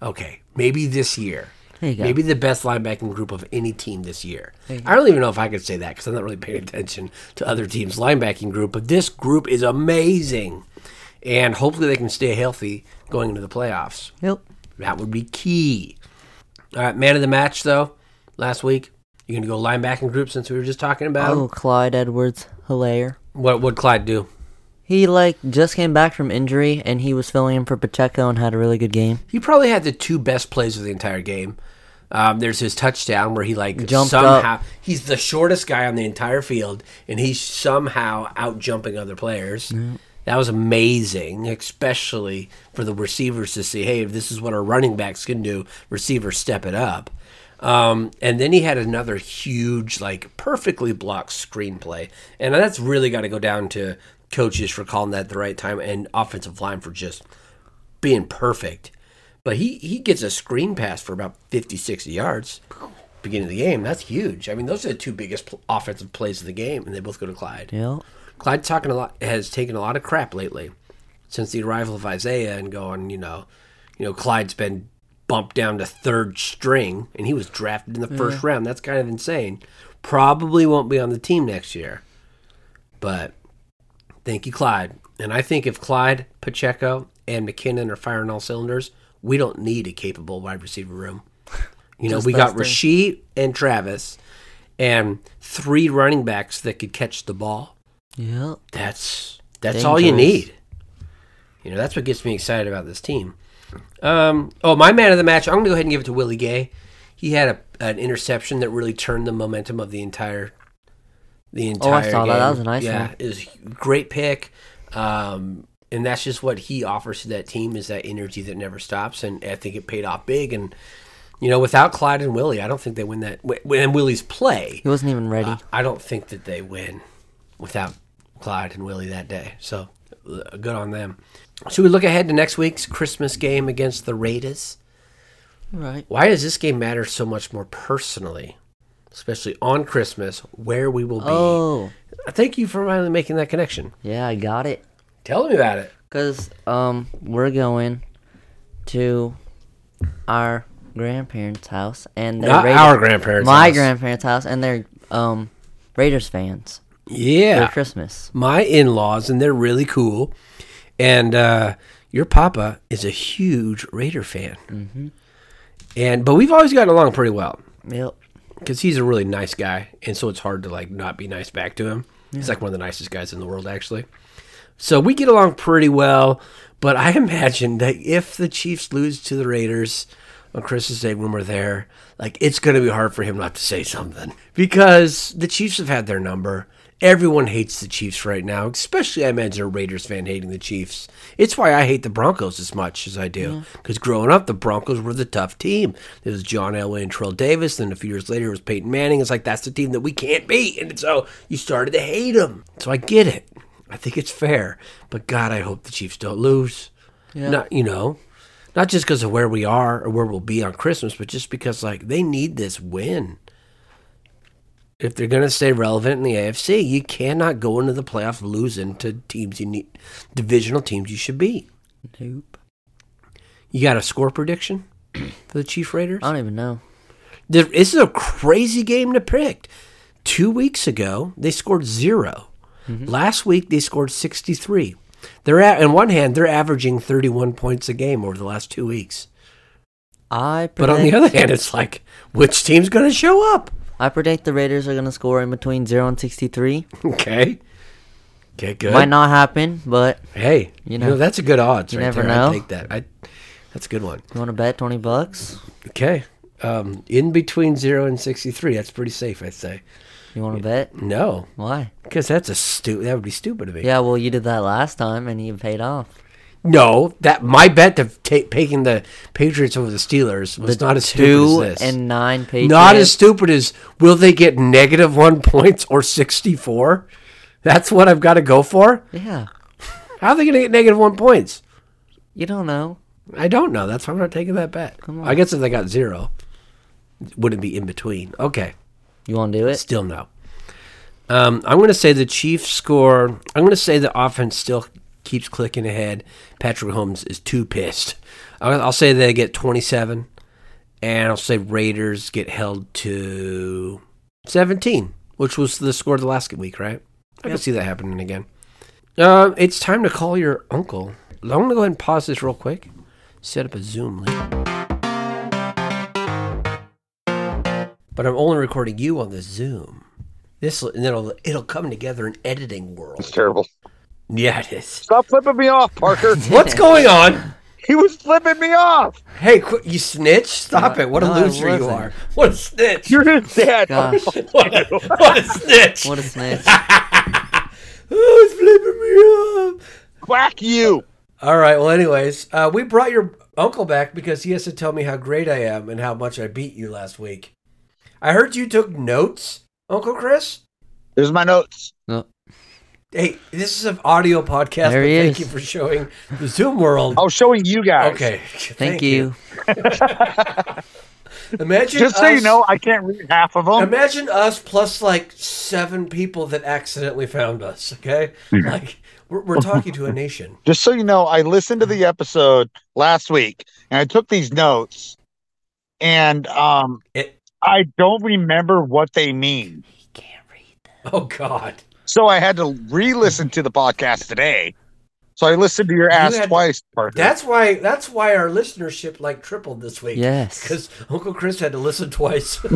[SPEAKER 1] Okay, maybe this year.
[SPEAKER 2] There you go.
[SPEAKER 1] Maybe the best linebacking group of any team this year. I don't even know if I could say that because I'm not really paying attention to other teams' linebacking group, but this group is amazing. And hopefully they can stay healthy going into the playoffs.
[SPEAKER 2] Yep.
[SPEAKER 1] That would be key. All right, man of the match though, last week. You gonna go linebacking group since we were just talking about him?
[SPEAKER 2] Oh, Clyde Edwards Hilaire.
[SPEAKER 1] what would Clyde do?
[SPEAKER 2] He like just came back from injury and he was filling in for Pacheco and had a really good game.
[SPEAKER 1] He probably had the two best plays of the entire game. Um, there's his touchdown where he like
[SPEAKER 2] Jumped
[SPEAKER 1] somehow
[SPEAKER 2] up.
[SPEAKER 1] he's the shortest guy on the entire field, and he's somehow out jumping other players. That was amazing, especially for the receivers to see. Hey, if this is what our running backs can do, receivers step it up. Um, and then he had another huge, like perfectly blocked screenplay, and that's really got to go down to coaches for calling that at the right time and offensive line for just being perfect. But he, he gets a screen pass for about 50, 60 yards beginning of the game. That's huge. I mean, those are the two biggest pl- offensive plays of the game, and they both go to Clyde.
[SPEAKER 2] Yep.
[SPEAKER 1] Clyde talking a lot has taken a lot of crap lately since the arrival of Isaiah and going, you know, you know, Clyde's been bumped down to third string and he was drafted in the first round. That's kind of insane. Probably won't be on the team next year. But thank you, Clyde. And I think if Clyde, Pacheco, and McKinnon are firing all cylinders, we don't need a capable wide receiver room. You know,
[SPEAKER 2] Just
[SPEAKER 1] we got
[SPEAKER 2] those
[SPEAKER 1] Rasheed and Travis and three running backs that could catch the ball
[SPEAKER 2] Yep.
[SPEAKER 1] that's that's all you
[SPEAKER 2] Dangerous.
[SPEAKER 1] need. You know, that's what gets me excited about this team. Um, oh, my man of the match. I'm going to go ahead and give it to Willie Gay. He had a, an interception that really turned the momentum of the entire the entire.
[SPEAKER 2] Oh, saw
[SPEAKER 1] game.
[SPEAKER 2] that. That was a nice
[SPEAKER 1] Yeah,
[SPEAKER 2] one.
[SPEAKER 1] it was a great pick. Um, and that's just what he offers to that team is that energy that never stops, and I think it paid off big. And you know, without Clyde and Willie, I don't think they win that. wi- And Willie's play,
[SPEAKER 2] He wasn't even ready.
[SPEAKER 1] I don't think that they win without Clyde and Willie that day. So uh, good on them. Should we look ahead to next week's Christmas game against the Raiders?
[SPEAKER 2] right.
[SPEAKER 1] Why does this game matter so much more personally, especially on Christmas, where we will be? Uh,
[SPEAKER 2] Oh.
[SPEAKER 1] Thank you for finally making that connection.
[SPEAKER 2] Yeah, I got it.
[SPEAKER 1] Tell me about it.
[SPEAKER 2] Cause um, we're going to our grandparents' house, and they're
[SPEAKER 1] Not
[SPEAKER 2] Raider-
[SPEAKER 1] our grandparents.
[SPEAKER 2] my
[SPEAKER 1] house.
[SPEAKER 2] grandparents' house, and they're um, Raiders fans
[SPEAKER 1] Yeah.
[SPEAKER 2] for Christmas.
[SPEAKER 1] my in-laws and they're really cool and uh, your papa is a huge raider fan Mm-hmm. and but we've always gotten along pretty well
[SPEAKER 2] Yep.
[SPEAKER 1] because he's a really nice guy and so it's hard to like not be nice back to him he's like one of the nicest guys in the world actually so we get along pretty well but i imagine that if the chiefs lose to the raiders on christmas day when we're there like it's going to be hard for him not to say something because the chiefs have had their number everyone hates the chiefs right now especially i imagine a raiders fan hating the chiefs it's why i hate the broncos as much as i do because growing up the broncos were the tough team it was john elway and terrell davis then a few years later it was peyton manning it's like that's the team that we can't beat and so you started to hate them so i get it I think it's fair, but God, I hope the Chiefs don't lose. Not you know, not just because of where we are or where we'll be on Christmas, but just because like they need this win. If they're gonna stay relevant in the AFC, you cannot go into the playoff losing to teams you need, divisional teams you should beat.
[SPEAKER 2] Nope.
[SPEAKER 1] You got a score prediction for the Chief Raiders?
[SPEAKER 2] I don't even know.
[SPEAKER 1] There- This is a crazy game to pick. Two weeks ago, they scored 0
[SPEAKER 2] Mm-hmm.
[SPEAKER 1] Last week, they scored 63. They're at, on one hand, they're averaging 31 points a game over the last two weeks.
[SPEAKER 2] I
[SPEAKER 1] But
[SPEAKER 2] predict,
[SPEAKER 1] on the other hand, it's like, which team's going to show up?
[SPEAKER 2] I predict the Raiders are gonna score in between zero and sixty-three.
[SPEAKER 1] Okay. Okay, good.
[SPEAKER 2] Might not happen, but
[SPEAKER 1] Hey, you
[SPEAKER 2] You
[SPEAKER 1] know,
[SPEAKER 2] know.
[SPEAKER 1] that's a good odds
[SPEAKER 2] You
[SPEAKER 1] right
[SPEAKER 2] never
[SPEAKER 1] there. I
[SPEAKER 2] know.
[SPEAKER 1] take that. I, that's a good one.
[SPEAKER 2] you want to bet twenty bucks?
[SPEAKER 1] Okay. Um, in between 0 and 63, that's pretty safe, I'd say.
[SPEAKER 2] You want to bet?
[SPEAKER 1] No,
[SPEAKER 2] Why?
[SPEAKER 1] because that's a stu- that would be stupid of me.
[SPEAKER 2] Yeah, well, you did that last time, and you paid off.
[SPEAKER 1] No, that my bet of ta taking the Patriots over the Steelers was
[SPEAKER 2] The
[SPEAKER 1] not as
[SPEAKER 2] two
[SPEAKER 1] stupid as this.
[SPEAKER 2] and nine Patriots.
[SPEAKER 1] not as stupid as will they get negative one points or sixty four? That's what I've got to go for.
[SPEAKER 2] Yeah,
[SPEAKER 1] How are they going to get negative one points?
[SPEAKER 2] you don't know.
[SPEAKER 1] I don't know. That's why I'm not taking that bet. I guess if they got zero, it wouldn't be in between. Okay,
[SPEAKER 2] You want to do it?
[SPEAKER 1] still no. Um, I'm going to say the Chiefs score. I'm going to say the offense still keeps clicking ahead. Patrick Holmes is too pissed. I'll, I'll say they get 27, and I'll say Raiders get held to 17, which was the score the last week, right? I can see that happening again. Uh, it's time to call your uncle. I'm going to go ahead and pause this real quick. Set up a Zoom link. But I'm only recording you on the Zoom. This and it'll it'll come together in editing
[SPEAKER 3] It's
[SPEAKER 1] world.
[SPEAKER 3] terrible.
[SPEAKER 1] Yeah, it is.
[SPEAKER 3] Stop flipping me off, Parker.
[SPEAKER 1] What's going on?
[SPEAKER 3] he was flipping me off.
[SPEAKER 1] Hey, qu- you snitch! Stop
[SPEAKER 2] No,
[SPEAKER 1] it! What a
[SPEAKER 2] no, I
[SPEAKER 1] loser you
[SPEAKER 2] wasn't.
[SPEAKER 1] are! What a snitch!
[SPEAKER 3] You're his dad.
[SPEAKER 2] Gosh,
[SPEAKER 1] what, a, what a snitch!
[SPEAKER 2] what a snitch!
[SPEAKER 1] Oh, it's flipping me off!
[SPEAKER 3] Quack you.
[SPEAKER 1] All right. Well, anyways, uh, we brought your uncle back because he has to tell me how great I am and how much I beat you last week. I heard you took notes, Uncle Chris.
[SPEAKER 3] There's my notes.
[SPEAKER 2] No,
[SPEAKER 1] Hey, this is an audio podcast.
[SPEAKER 2] There
[SPEAKER 1] but
[SPEAKER 2] he
[SPEAKER 1] thank
[SPEAKER 2] is.
[SPEAKER 1] you for showing the Zoom world.
[SPEAKER 3] I was showing you guys.
[SPEAKER 1] okay.
[SPEAKER 2] thank you.
[SPEAKER 1] Imagine
[SPEAKER 3] Just so you
[SPEAKER 1] us-
[SPEAKER 3] know, I can't read half of them.
[SPEAKER 1] Imagine us plus like seven people that accidentally found us. Okay,
[SPEAKER 3] Hmm.
[SPEAKER 1] like we're, we're talking to a nation.
[SPEAKER 3] Just so you know, I listened to the episode last week and I took these notes and um
[SPEAKER 1] It-
[SPEAKER 3] I don't remember what they mean.
[SPEAKER 2] Can't read.
[SPEAKER 1] Oh God,
[SPEAKER 3] So I had to re-listen to the podcast today. So I listened to your ass
[SPEAKER 1] had-
[SPEAKER 3] twice, Parker.
[SPEAKER 1] that's why that's why our listenership like tripled this week.
[SPEAKER 2] Yes.
[SPEAKER 1] because Uncle Chris had to listen twice.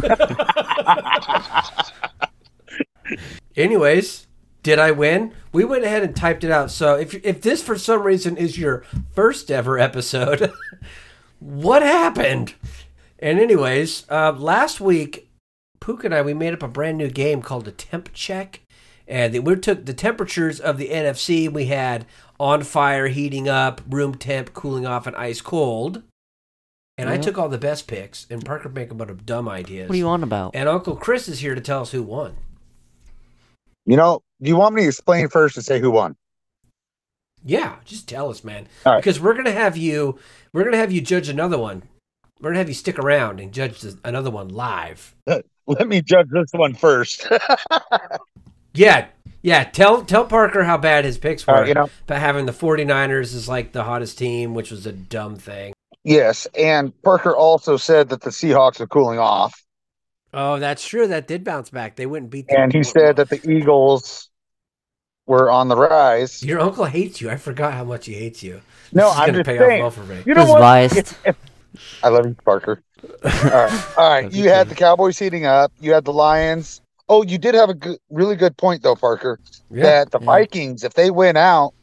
[SPEAKER 1] Anyways, did I win? We went ahead and typed it out. So if if this for some reason is your first ever episode, what happened? And anyways, uh, last week, Pook and I we made up a brand new game called the Temp Check, and we took the temperatures of the NFC. We had on fire, heating up, room temp, cooling off, and ice cold. And I
[SPEAKER 2] Yeah.
[SPEAKER 1] took all the best picks, and Parker made a bunch of dumb ideas.
[SPEAKER 2] What are you on about?
[SPEAKER 1] And Uncle Chris is here to tell us who won.
[SPEAKER 3] you know, do you want me to explain first and say who won?
[SPEAKER 1] Yeah, just tell us, man.
[SPEAKER 3] All right.
[SPEAKER 1] Because we're gonna have you, we're gonna have you judge another one. We're gonna have you stick around and judge the, another one live.
[SPEAKER 3] Let me judge this one first.
[SPEAKER 1] Yeah, Yeah, tell tell Parker how bad his picks were.
[SPEAKER 3] Uh, you know-
[SPEAKER 1] but having the 49ers is like the hottest team, which was a dumb thing.
[SPEAKER 3] Yes, and Parker also said that the Seahawks are cooling off,
[SPEAKER 1] Oh, that's true. That did bounce back. They wouldn't beat. the-
[SPEAKER 3] and he said that the Eagles were on the rise.
[SPEAKER 1] your uncle hates you. I forgot how much he hates you.
[SPEAKER 3] No,
[SPEAKER 1] this is
[SPEAKER 3] I'm
[SPEAKER 1] gonna
[SPEAKER 3] just
[SPEAKER 1] pay
[SPEAKER 3] saying.
[SPEAKER 1] off well for me.
[SPEAKER 3] You know
[SPEAKER 2] He's
[SPEAKER 3] what?
[SPEAKER 2] biased.
[SPEAKER 3] I love you, Parker. All right, all right.
[SPEAKER 2] Love
[SPEAKER 3] You
[SPEAKER 2] you too.
[SPEAKER 3] had the Cowboys heating up. You had the Lions. Oh, you did have a good, really good point though, Parker. that the
[SPEAKER 2] yeah.
[SPEAKER 3] Vikings, if they win out,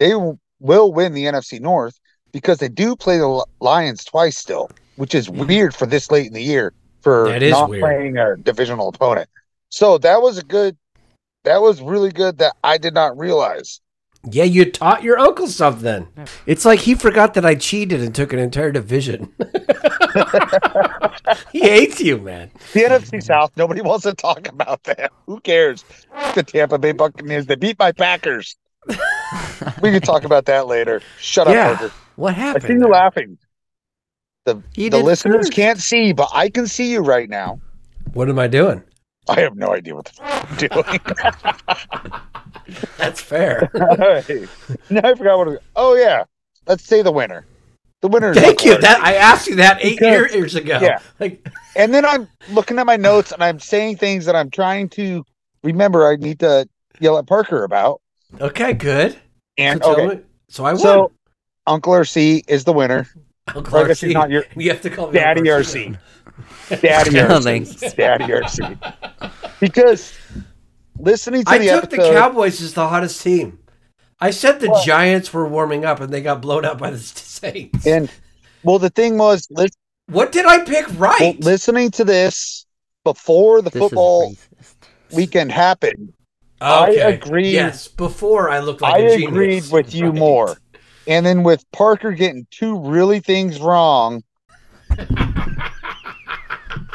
[SPEAKER 3] they w- will win the NFC North because they do play the Li- Lions twice still, which is weird for this late in the year for
[SPEAKER 1] Mm-hmm. That is
[SPEAKER 3] not
[SPEAKER 1] weird.
[SPEAKER 3] playing a divisional opponent. So that was a good. That was really good that I did not realize.
[SPEAKER 1] Yeah, you taught your uncle something.
[SPEAKER 2] Yeah.
[SPEAKER 1] It's like he forgot that I cheated and took an entire division. he hates you, man.
[SPEAKER 3] The NFC South, nobody wants to talk about that. Who cares? The Tampa Bay Buccaneers, they beat my Packers. we can talk about that later. Shut up,
[SPEAKER 1] yeah.
[SPEAKER 3] Parker.
[SPEAKER 1] What
[SPEAKER 3] I
[SPEAKER 1] happened?
[SPEAKER 3] see you
[SPEAKER 1] there?
[SPEAKER 3] laughing. The
[SPEAKER 2] He
[SPEAKER 3] the
[SPEAKER 2] did
[SPEAKER 3] listeners
[SPEAKER 2] first.
[SPEAKER 3] can't see, but I can see you right now.
[SPEAKER 1] What am I doing?
[SPEAKER 3] I have no idea what the fuck I'm doing.
[SPEAKER 1] That's fair.
[SPEAKER 3] All right. Now I forgot what. I was- Oh yeah, let's say the winner. The winner. is
[SPEAKER 1] Thank
[SPEAKER 3] up
[SPEAKER 1] you.
[SPEAKER 3] already.
[SPEAKER 1] That I asked you that eight year-
[SPEAKER 3] Because-
[SPEAKER 1] years ago.
[SPEAKER 3] yeah.
[SPEAKER 1] Like
[SPEAKER 3] and then I'm looking at my notes and I'm saying things that I'm trying to remember. I need to yell at Parker about.
[SPEAKER 1] okay, good.
[SPEAKER 3] And
[SPEAKER 1] so, tell
[SPEAKER 3] okay,
[SPEAKER 1] me- so I won.
[SPEAKER 3] so Uncle RC is the winner.
[SPEAKER 1] Uncle
[SPEAKER 3] Or I guess
[SPEAKER 1] RC.
[SPEAKER 3] it's not your
[SPEAKER 1] you have to call me
[SPEAKER 3] Daddy
[SPEAKER 1] Uncle
[SPEAKER 3] RC. Daddy
[SPEAKER 1] Oh,
[SPEAKER 2] No,
[SPEAKER 3] RC.
[SPEAKER 2] thanks.
[SPEAKER 3] Daddy RC. Because listening to
[SPEAKER 1] I
[SPEAKER 3] the
[SPEAKER 1] took the
[SPEAKER 3] episode-
[SPEAKER 1] Cowboys as the hottest team. I said the
[SPEAKER 3] Well-
[SPEAKER 1] Giants were warming up and they got blown out by the Saints.
[SPEAKER 3] And well, the thing was, lis-
[SPEAKER 1] what did I pick
[SPEAKER 3] well,
[SPEAKER 1] right?
[SPEAKER 3] listening to this before the
[SPEAKER 2] This is
[SPEAKER 3] football
[SPEAKER 2] racist.
[SPEAKER 3] weekend happened, I agreed-
[SPEAKER 1] Yes, before I looked like
[SPEAKER 3] I
[SPEAKER 1] a genius.
[SPEAKER 3] agreed with you
[SPEAKER 1] Right.
[SPEAKER 3] more. And then with Parker getting two really things wrong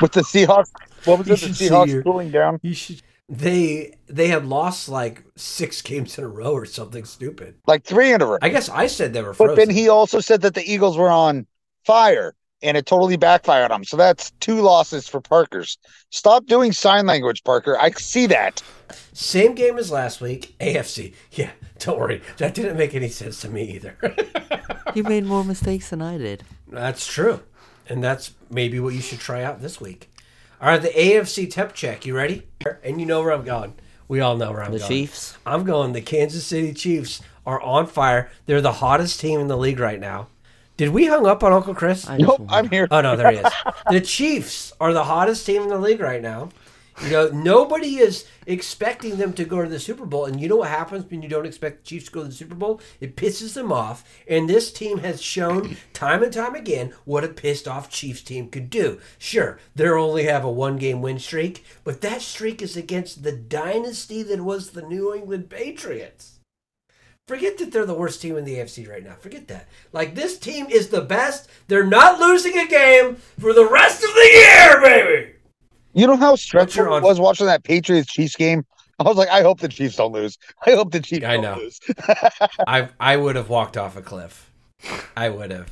[SPEAKER 3] with the Seahawks, what was
[SPEAKER 1] You
[SPEAKER 3] it? The
[SPEAKER 1] should see
[SPEAKER 3] Seahawks
[SPEAKER 1] your-
[SPEAKER 3] cooling down.
[SPEAKER 1] You should. They they had lost like six games in a row or something stupid.
[SPEAKER 3] Like three in a row.
[SPEAKER 1] I guess I said they were
[SPEAKER 3] But
[SPEAKER 1] frozen.
[SPEAKER 3] then he also said that the Eagles were on fire and it totally backfired on him. So that's two losses for Parker's. Stop doing sign language, Parker. I see that.
[SPEAKER 1] Same game as last week. AFC. Yeah, don't worry. That didn't make any sense to me either.
[SPEAKER 2] You made more mistakes than I did.
[SPEAKER 1] that's true, and that's maybe what you should try out this week. All right, the AFC temp check. You ready? And you know where I'm going. We all know where I'm
[SPEAKER 2] The
[SPEAKER 1] going.
[SPEAKER 2] Chiefs.
[SPEAKER 1] I'm going. The Kansas City Chiefs are on fire. They're the hottest team in the league right now. Did we hung up on Uncle Chris?
[SPEAKER 2] I just
[SPEAKER 3] Nope,
[SPEAKER 2] won.
[SPEAKER 3] I'm here.
[SPEAKER 1] Oh no, there he is. the Chiefs are the hottest team in the league right now. You know, nobody is expecting them to go to the Super Bowl, and you know what happens when you don't expect the Chiefs to go to the Super Bowl? It pisses them off, and this team has shown time and time again what a pissed off Chiefs team could do. Sure, they only have a one game win streak, but that streak is against the dynasty that was the New England Patriots. Forget that they're the worst team in the AFC right now. Forget that. Like this team is the best. They're not losing a game for the rest of the year, baby.
[SPEAKER 3] You know how
[SPEAKER 1] your
[SPEAKER 3] stressful
[SPEAKER 1] on-
[SPEAKER 3] it was watching that Patriots Chiefs game? I was like, I hope the Chiefs don't lose. I hope the Chiefs
[SPEAKER 1] I
[SPEAKER 3] don't
[SPEAKER 1] know.
[SPEAKER 3] lose.
[SPEAKER 1] I I would have walked off a cliff. I would have.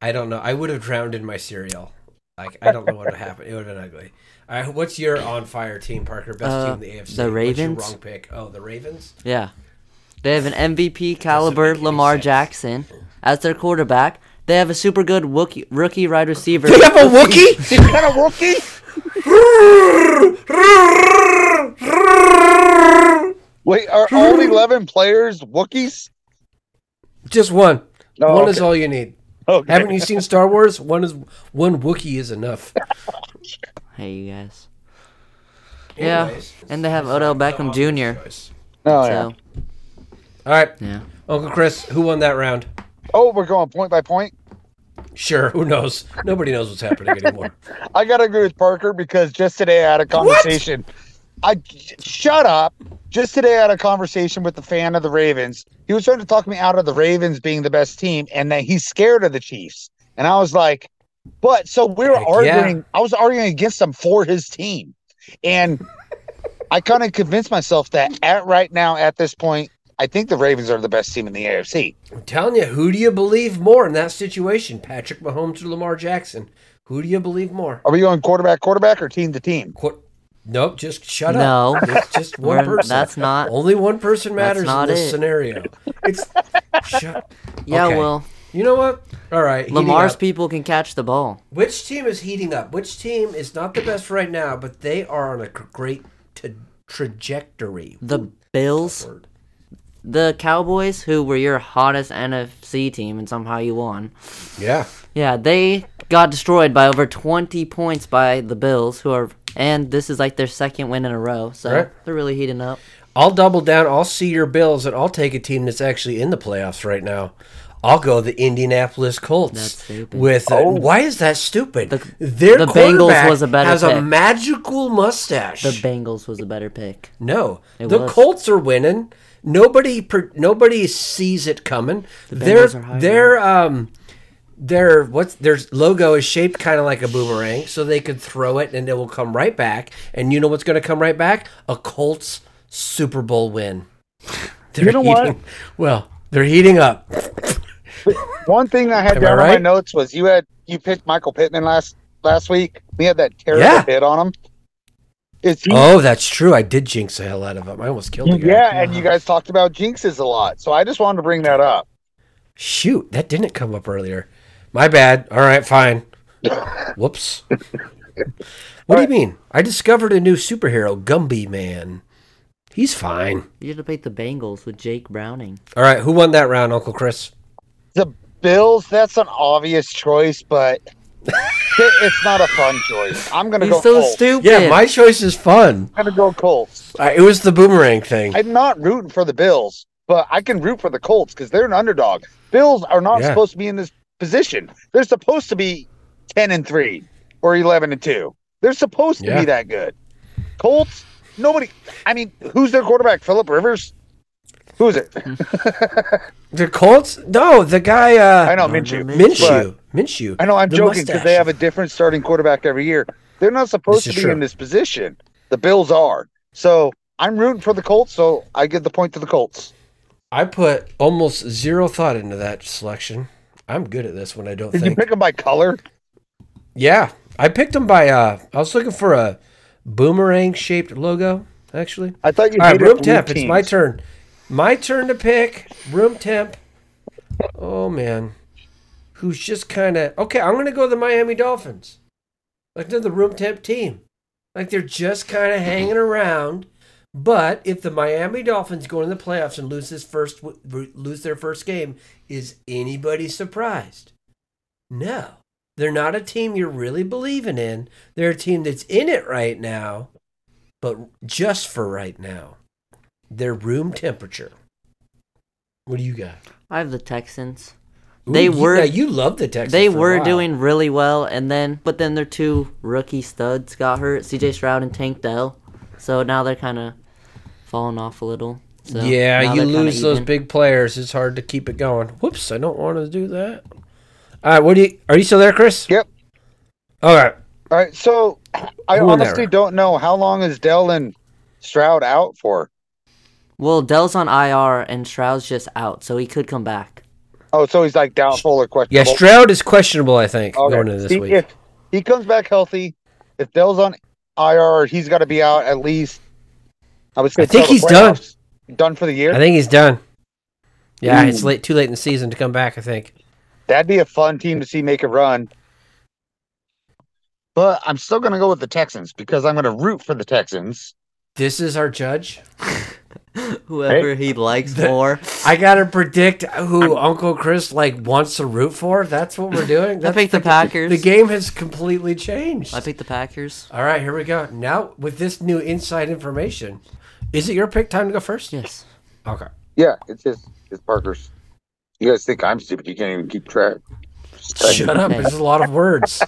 [SPEAKER 1] I don't know. I would have drowned in my cereal. Like I don't know what would have happened. It would have been ugly. All right, what's your on fire team, Parker? Best
[SPEAKER 2] Uh,
[SPEAKER 1] team in the AFC.
[SPEAKER 2] the
[SPEAKER 1] What's your
[SPEAKER 2] Ravens?
[SPEAKER 1] wrong pick. Oh, the Ravens.
[SPEAKER 2] Yeah. They have an MVP caliber
[SPEAKER 1] make any
[SPEAKER 2] Lamar
[SPEAKER 1] sense.
[SPEAKER 2] Jackson as their quarterback. They have a super good rookie, rookie wide receiver.
[SPEAKER 1] a Wookie.
[SPEAKER 3] Is that a rookie? Wait, are all 11 players Wookiees?
[SPEAKER 1] Just one. One
[SPEAKER 3] Oh,
[SPEAKER 1] is
[SPEAKER 3] okay.
[SPEAKER 1] all you need.
[SPEAKER 3] Okay.
[SPEAKER 1] Haven't you seen Star Wars? One is one Wookiee is enough.
[SPEAKER 2] Hey, you guys. Yeah,
[SPEAKER 1] Anyways.
[SPEAKER 2] and they have Odell Beckham Jr.
[SPEAKER 3] Oh, yeah.
[SPEAKER 2] So,
[SPEAKER 1] All right,
[SPEAKER 2] yeah.
[SPEAKER 1] Uncle Chris, who won that round?
[SPEAKER 3] oh, we're going point by point.
[SPEAKER 1] Sure, who knows? Nobody knows what's happening anymore.
[SPEAKER 3] I got to agree with Parker because just today I had a conversation. I j- shut up. Just today I had a conversation with the fan of the Ravens. He was trying to talk me out of the Ravens being the best team and that he's scared of the Chiefs. And I was like, but so we were
[SPEAKER 1] Heck, yeah.
[SPEAKER 3] arguing. I was arguing against him for his team. And I kind of convinced myself that at right now, at this point, I think the Ravens are the best team in the AFC.
[SPEAKER 1] I'm telling you, who do you believe more in that situation? Patrick Mahomes or Lamar Jackson? Who do you believe more?
[SPEAKER 3] Are we going quarterback, quarterback, or team to team?
[SPEAKER 1] Qu- Nope, just shut
[SPEAKER 2] No.
[SPEAKER 1] up. It's just one
[SPEAKER 2] We're-
[SPEAKER 1] person.
[SPEAKER 2] that's not-
[SPEAKER 1] Only one person matters in
[SPEAKER 2] not
[SPEAKER 1] this
[SPEAKER 2] it.
[SPEAKER 1] scenario. It's shut.
[SPEAKER 2] Yeah,
[SPEAKER 1] Okay.
[SPEAKER 2] well,
[SPEAKER 1] You know what? All right. heating
[SPEAKER 2] Lamar's
[SPEAKER 1] up.
[SPEAKER 2] people can catch the ball.
[SPEAKER 1] Which team is heating up? Which team is not the best right now, but they are on a cr- great t- trajectory.
[SPEAKER 2] The Bills,
[SPEAKER 1] Word.
[SPEAKER 2] the Cowboys, who were your hottest NFC team and somehow you won.
[SPEAKER 1] Yeah.
[SPEAKER 2] Yeah, they got destroyed by over 20 points by the Bills, who are, and this is like their second win in a row, so
[SPEAKER 1] Right.
[SPEAKER 2] they're really heating up.
[SPEAKER 1] I'll double down. I'll see your Bills, and I'll take a team that's actually in the playoffs right now. I'll go the Indianapolis Colts
[SPEAKER 2] That's stupid.
[SPEAKER 1] with uh, why is that stupid?
[SPEAKER 2] The-
[SPEAKER 1] Their
[SPEAKER 2] the Bengals
[SPEAKER 1] quarterback
[SPEAKER 2] was a better
[SPEAKER 1] has a
[SPEAKER 2] pick.
[SPEAKER 1] magical mustache.
[SPEAKER 2] The Bengals was a better pick.
[SPEAKER 1] no,
[SPEAKER 2] It
[SPEAKER 1] the
[SPEAKER 2] was.
[SPEAKER 1] Colts are winning. Nobody per, nobody sees it coming. their
[SPEAKER 2] Bengals are higher.
[SPEAKER 1] their um their what's their logo is shaped kind of like a boomerang, so they could throw it and it will come right back. And you know what's going to come right back? A Colts Super Bowl win. They're
[SPEAKER 3] You know what?
[SPEAKER 1] heating- Well, they're heating up.
[SPEAKER 3] One thing I had
[SPEAKER 1] Am I
[SPEAKER 3] down on my
[SPEAKER 1] right?
[SPEAKER 3] notes was you had you picked Michael Pittman last last week. We had that terrible
[SPEAKER 1] Yeah.
[SPEAKER 3] hit on him. Is he?
[SPEAKER 1] Oh, that's true. I did jinx the hell out of him. I almost killed the guy.
[SPEAKER 3] yeah, and you guys talked about jinxes a lot, so I just wanted to bring that up.
[SPEAKER 1] Shoot, that didn't come up earlier. My bad. All right, fine. Whoops. what do you mean? I discovered a new superhero, Gumby Man. He's fine.
[SPEAKER 2] You should have picked the Bengals with Jake Browning.
[SPEAKER 1] All right, who won that round, Uncle Chris?
[SPEAKER 3] The Bills. That's an obvious choice, but it's not a fun choice. I'm gonna
[SPEAKER 2] He's
[SPEAKER 3] go.
[SPEAKER 2] so
[SPEAKER 3] Colts.
[SPEAKER 2] stupid.
[SPEAKER 1] Oh. Yeah, my choice is fun.
[SPEAKER 3] I'm gonna go Colts.
[SPEAKER 1] Uh, it was the boomerang thing.
[SPEAKER 3] I'm not rooting for the Bills, but I can root for the Colts because they're an underdog. Bills are not
[SPEAKER 1] Yeah.
[SPEAKER 3] supposed to be in this position. They're supposed to be ten and three or eleven and two. They're supposed to
[SPEAKER 1] Yeah.
[SPEAKER 3] be that good. Colts, nobody. I mean, who's their quarterback? Philip Rivers. Who is it?
[SPEAKER 1] The Colts? No, the guy. Uh,
[SPEAKER 3] I know
[SPEAKER 2] Gardner
[SPEAKER 3] Minshew.
[SPEAKER 1] Minshew. Minshew.
[SPEAKER 3] I know I'm
[SPEAKER 1] The
[SPEAKER 3] joking because they
[SPEAKER 1] mustache.
[SPEAKER 3] have a different starting quarterback every year. They're not supposed
[SPEAKER 1] This
[SPEAKER 3] to
[SPEAKER 1] is
[SPEAKER 3] be
[SPEAKER 1] true.
[SPEAKER 3] in this position. The Bills are. So I'm rooting for the Colts. So I give the point to the Colts.
[SPEAKER 1] I put almost zero thought into that selection. I'm good at this when I don't
[SPEAKER 3] Did you
[SPEAKER 1] think.
[SPEAKER 3] pick them by color?
[SPEAKER 1] Yeah, I picked them by. Uh, I was looking for a boomerang shaped logo. Actually,
[SPEAKER 3] I thought you.
[SPEAKER 1] all right,
[SPEAKER 3] hated
[SPEAKER 1] room
[SPEAKER 3] blue
[SPEAKER 1] temp. It's my
[SPEAKER 3] teams.
[SPEAKER 1] turn. My turn to pick room temp. Oh man, who's just kind of okay? I'm gonna go the Miami Dolphins. Like they're the room temp team. Like they're just kind of hanging around. But if the Miami Dolphins go in the playoffs and lose this first lose their first game, is anybody surprised? No. They're not a team you're really believing in. They're a team that's in it right now, but just for right now. Their room temperature. What do you got?
[SPEAKER 2] I have the Texans.
[SPEAKER 1] Ooh,
[SPEAKER 2] They
[SPEAKER 1] you-
[SPEAKER 2] were-
[SPEAKER 1] yeah, you love the Texans.
[SPEAKER 2] they
[SPEAKER 1] for a
[SPEAKER 2] were
[SPEAKER 1] while.
[SPEAKER 2] doing really well, and then but then their two rookie studs got hurt, C.J. Stroud and Tank Dell. So now they're kind of falling off a little. So now
[SPEAKER 1] yeah, you
[SPEAKER 2] they're kinda
[SPEAKER 1] lose those
[SPEAKER 2] even.
[SPEAKER 1] big players. It's hard to keep it going. Whoops, I don't want to do that. All right, what do you? Are you still there, Chris?
[SPEAKER 3] Yep.
[SPEAKER 1] All right.
[SPEAKER 3] All right, so I
[SPEAKER 1] Who in there?
[SPEAKER 3] honestly don't know how long is Dell and Stroud out for.
[SPEAKER 2] Well, Dell's on IR and Stroud's just out, so he could come back.
[SPEAKER 3] Oh, so he's like doubtful or
[SPEAKER 1] Yeah,
[SPEAKER 3] questionable.
[SPEAKER 1] Stroud is questionable. I think
[SPEAKER 3] Okay.
[SPEAKER 1] going into this
[SPEAKER 3] See,
[SPEAKER 1] week.
[SPEAKER 3] If he comes back healthy, if Dell's on IR, he's got to be out at least. I was.
[SPEAKER 1] I think he's done.
[SPEAKER 3] done. Done for the year.
[SPEAKER 1] I think he's done. Yeah, it's late, too late in the season to come back. I think.
[SPEAKER 3] That'd be a fun team to see make a run. But I'm still going to go with the Texans because I'm going to root for the Texans.
[SPEAKER 1] This is our judge.
[SPEAKER 2] Whoever he likes more.
[SPEAKER 1] I gotta predict who Uncle Chris like wants to root for. That's what we're doing.
[SPEAKER 2] I
[SPEAKER 1] That's
[SPEAKER 2] picked the Packers.
[SPEAKER 1] the game has completely changed.
[SPEAKER 2] I picked the Packers.
[SPEAKER 1] All right, here we go. Now with this new inside information, is it your pick time to go first?
[SPEAKER 2] Yes.
[SPEAKER 1] Okay.
[SPEAKER 3] Yeah, it's his. It's Parker's. You guys think I'm stupid? You can't even keep track.
[SPEAKER 1] Shut up. There's a lot of words.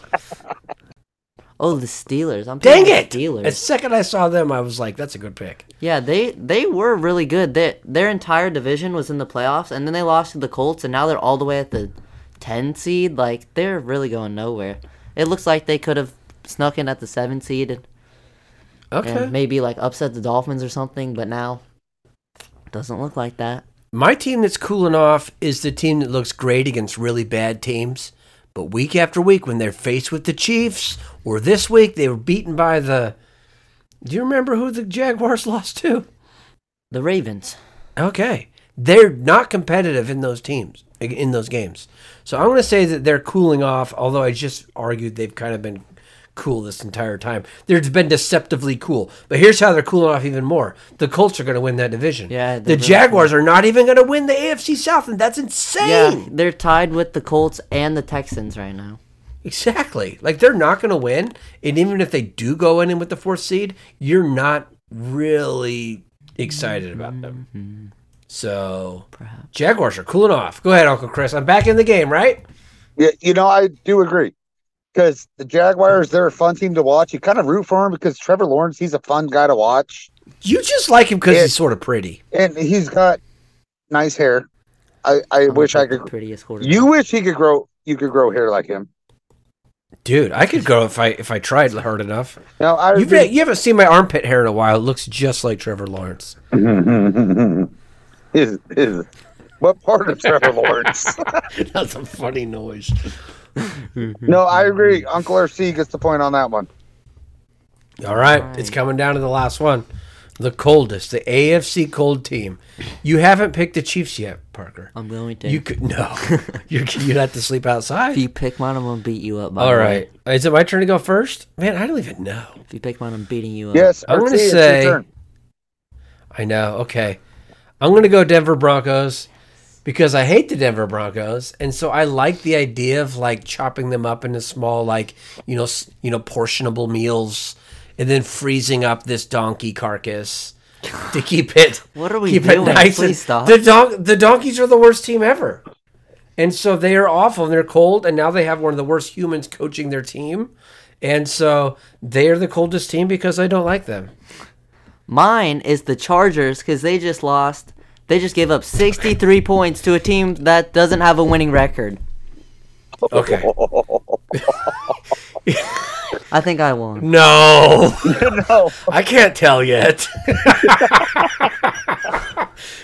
[SPEAKER 2] Oh, the Steelers. I'm
[SPEAKER 1] Dang
[SPEAKER 2] picking
[SPEAKER 1] it!
[SPEAKER 2] The Steelers.
[SPEAKER 1] The second I saw them, I was like, "That's a good pick."
[SPEAKER 2] Yeah, they they were really good. They, their entire division was in the playoffs, and then they lost to the Colts, and now they're all the way at the ten seed. Like they're really going nowhere. It looks like they could have snuck in at the seven seed and, and
[SPEAKER 1] Okay.
[SPEAKER 2] maybe like upset the Dolphins or something, but now doesn't look like that.
[SPEAKER 1] My team that's cooling off is the team that looks great against really bad teams. But week after week, when they're faced with the Chiefs, or this week they were beaten by the Do you remember who the Jaguars lost to?
[SPEAKER 2] The Ravens.
[SPEAKER 1] Okay. They're not competitive in those teams, in those games. So I'm going to say that they're cooling off, although I just argued they've kind of been cool this entire time. They've been deceptively cool. But here's how they're cooling off even more the Colts are going to win that division.
[SPEAKER 2] Yeah,
[SPEAKER 1] The
[SPEAKER 2] they're really
[SPEAKER 1] Jaguars are not even going to win the AFC South, and that's insane.
[SPEAKER 2] Yeah, they're tied with the Colts and the Texans right now.
[SPEAKER 1] Exactly. Like they're not going to win, and even if they do go in with the fourth seed, you're not really excited about them. So Jaguars are cooling off. Go ahead, Uncle Chris. I'm back in the game, right?
[SPEAKER 3] Yeah, you know, I do agree because the Jaguars, they're a fun team to watch. You kind of root for him because Trevor Lawrence, he's a fun guy to watch,
[SPEAKER 1] You just like him because
[SPEAKER 3] Yeah.
[SPEAKER 1] he's sort of pretty.
[SPEAKER 3] and he's got nice hair. I, I wish I
[SPEAKER 2] The
[SPEAKER 3] could.
[SPEAKER 2] prettiest quarterback.
[SPEAKER 3] You wish he could grow. You could grow hair like him.
[SPEAKER 1] Dude, I could go if I if I tried hard enough.
[SPEAKER 3] Now I
[SPEAKER 1] You've been, you haven't seen my armpit hair in a while. It looks just like Trevor Lawrence.
[SPEAKER 3] is is what part of Trevor Lawrence?
[SPEAKER 1] That's a funny noise.
[SPEAKER 3] no, I agree. Uncle RC gets the point on that one.
[SPEAKER 1] All right, it's coming down to the last one. The coldest, the AFC cold team. You haven't picked the Chiefs yet, Parker.
[SPEAKER 2] I'm going to.
[SPEAKER 1] You could no. You're you'd have to sleep outside.
[SPEAKER 2] if you pick mine, I'm gonna beat you up. By
[SPEAKER 1] All
[SPEAKER 2] the way.
[SPEAKER 1] right. Is it my turn to go first? Man, I don't even know.
[SPEAKER 2] If you pick mine, I'm beating you up.
[SPEAKER 3] Yes,
[SPEAKER 1] I'm gonna
[SPEAKER 3] RC, it's your
[SPEAKER 1] say-
[SPEAKER 3] turn.
[SPEAKER 1] I know. Okay. I'm going to go Denver Broncos because I hate the Denver Broncos and so I like the idea of like chopping them up into small like, you know, s- you know, portionable meals and then freezing up this donkey carcass to keep it
[SPEAKER 2] What are we
[SPEAKER 1] keep
[SPEAKER 2] doing?
[SPEAKER 1] It nice and-
[SPEAKER 2] Please stop.
[SPEAKER 1] The don- the donkeys are the worst team ever. And so they are awful and they're cold and now they have one of the worst humans coaching their team. And so they are the coldest team because I don't like them.
[SPEAKER 2] Mine is the Chargers because they just lost. They just gave up 63 points to a team that doesn't have a winning record.
[SPEAKER 1] Okay.
[SPEAKER 2] I think I won.
[SPEAKER 1] No,
[SPEAKER 3] No,
[SPEAKER 1] I can't tell yet.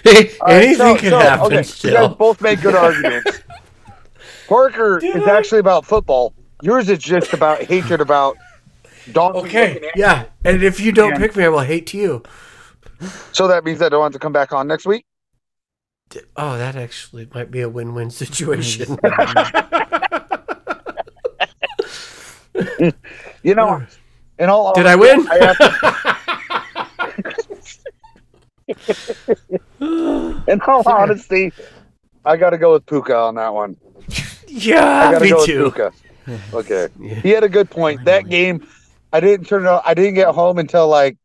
[SPEAKER 1] Hey, Anything
[SPEAKER 3] so-
[SPEAKER 1] can
[SPEAKER 3] so,
[SPEAKER 1] happen
[SPEAKER 3] okay, You guys
[SPEAKER 1] still.
[SPEAKER 3] both make good arguments. Parker is
[SPEAKER 1] I-
[SPEAKER 3] actually about football. Yours is just about hatred about donkey.
[SPEAKER 1] Okay, yeah. And if you don't
[SPEAKER 3] Yeah.
[SPEAKER 1] pick me, I will hate you.
[SPEAKER 3] So that means I don't have to come back on next week.
[SPEAKER 1] Oh, that actually might be a win-win situation.
[SPEAKER 3] You know, in all
[SPEAKER 1] Did I win?
[SPEAKER 3] I have to, in all honesty, I got to go with Puka on that one. I
[SPEAKER 1] yeah,
[SPEAKER 3] got to
[SPEAKER 1] me
[SPEAKER 3] go
[SPEAKER 1] too.
[SPEAKER 3] with Puka. Okay, he had a good point. That game, I didn't turn it on. I didn't get home until like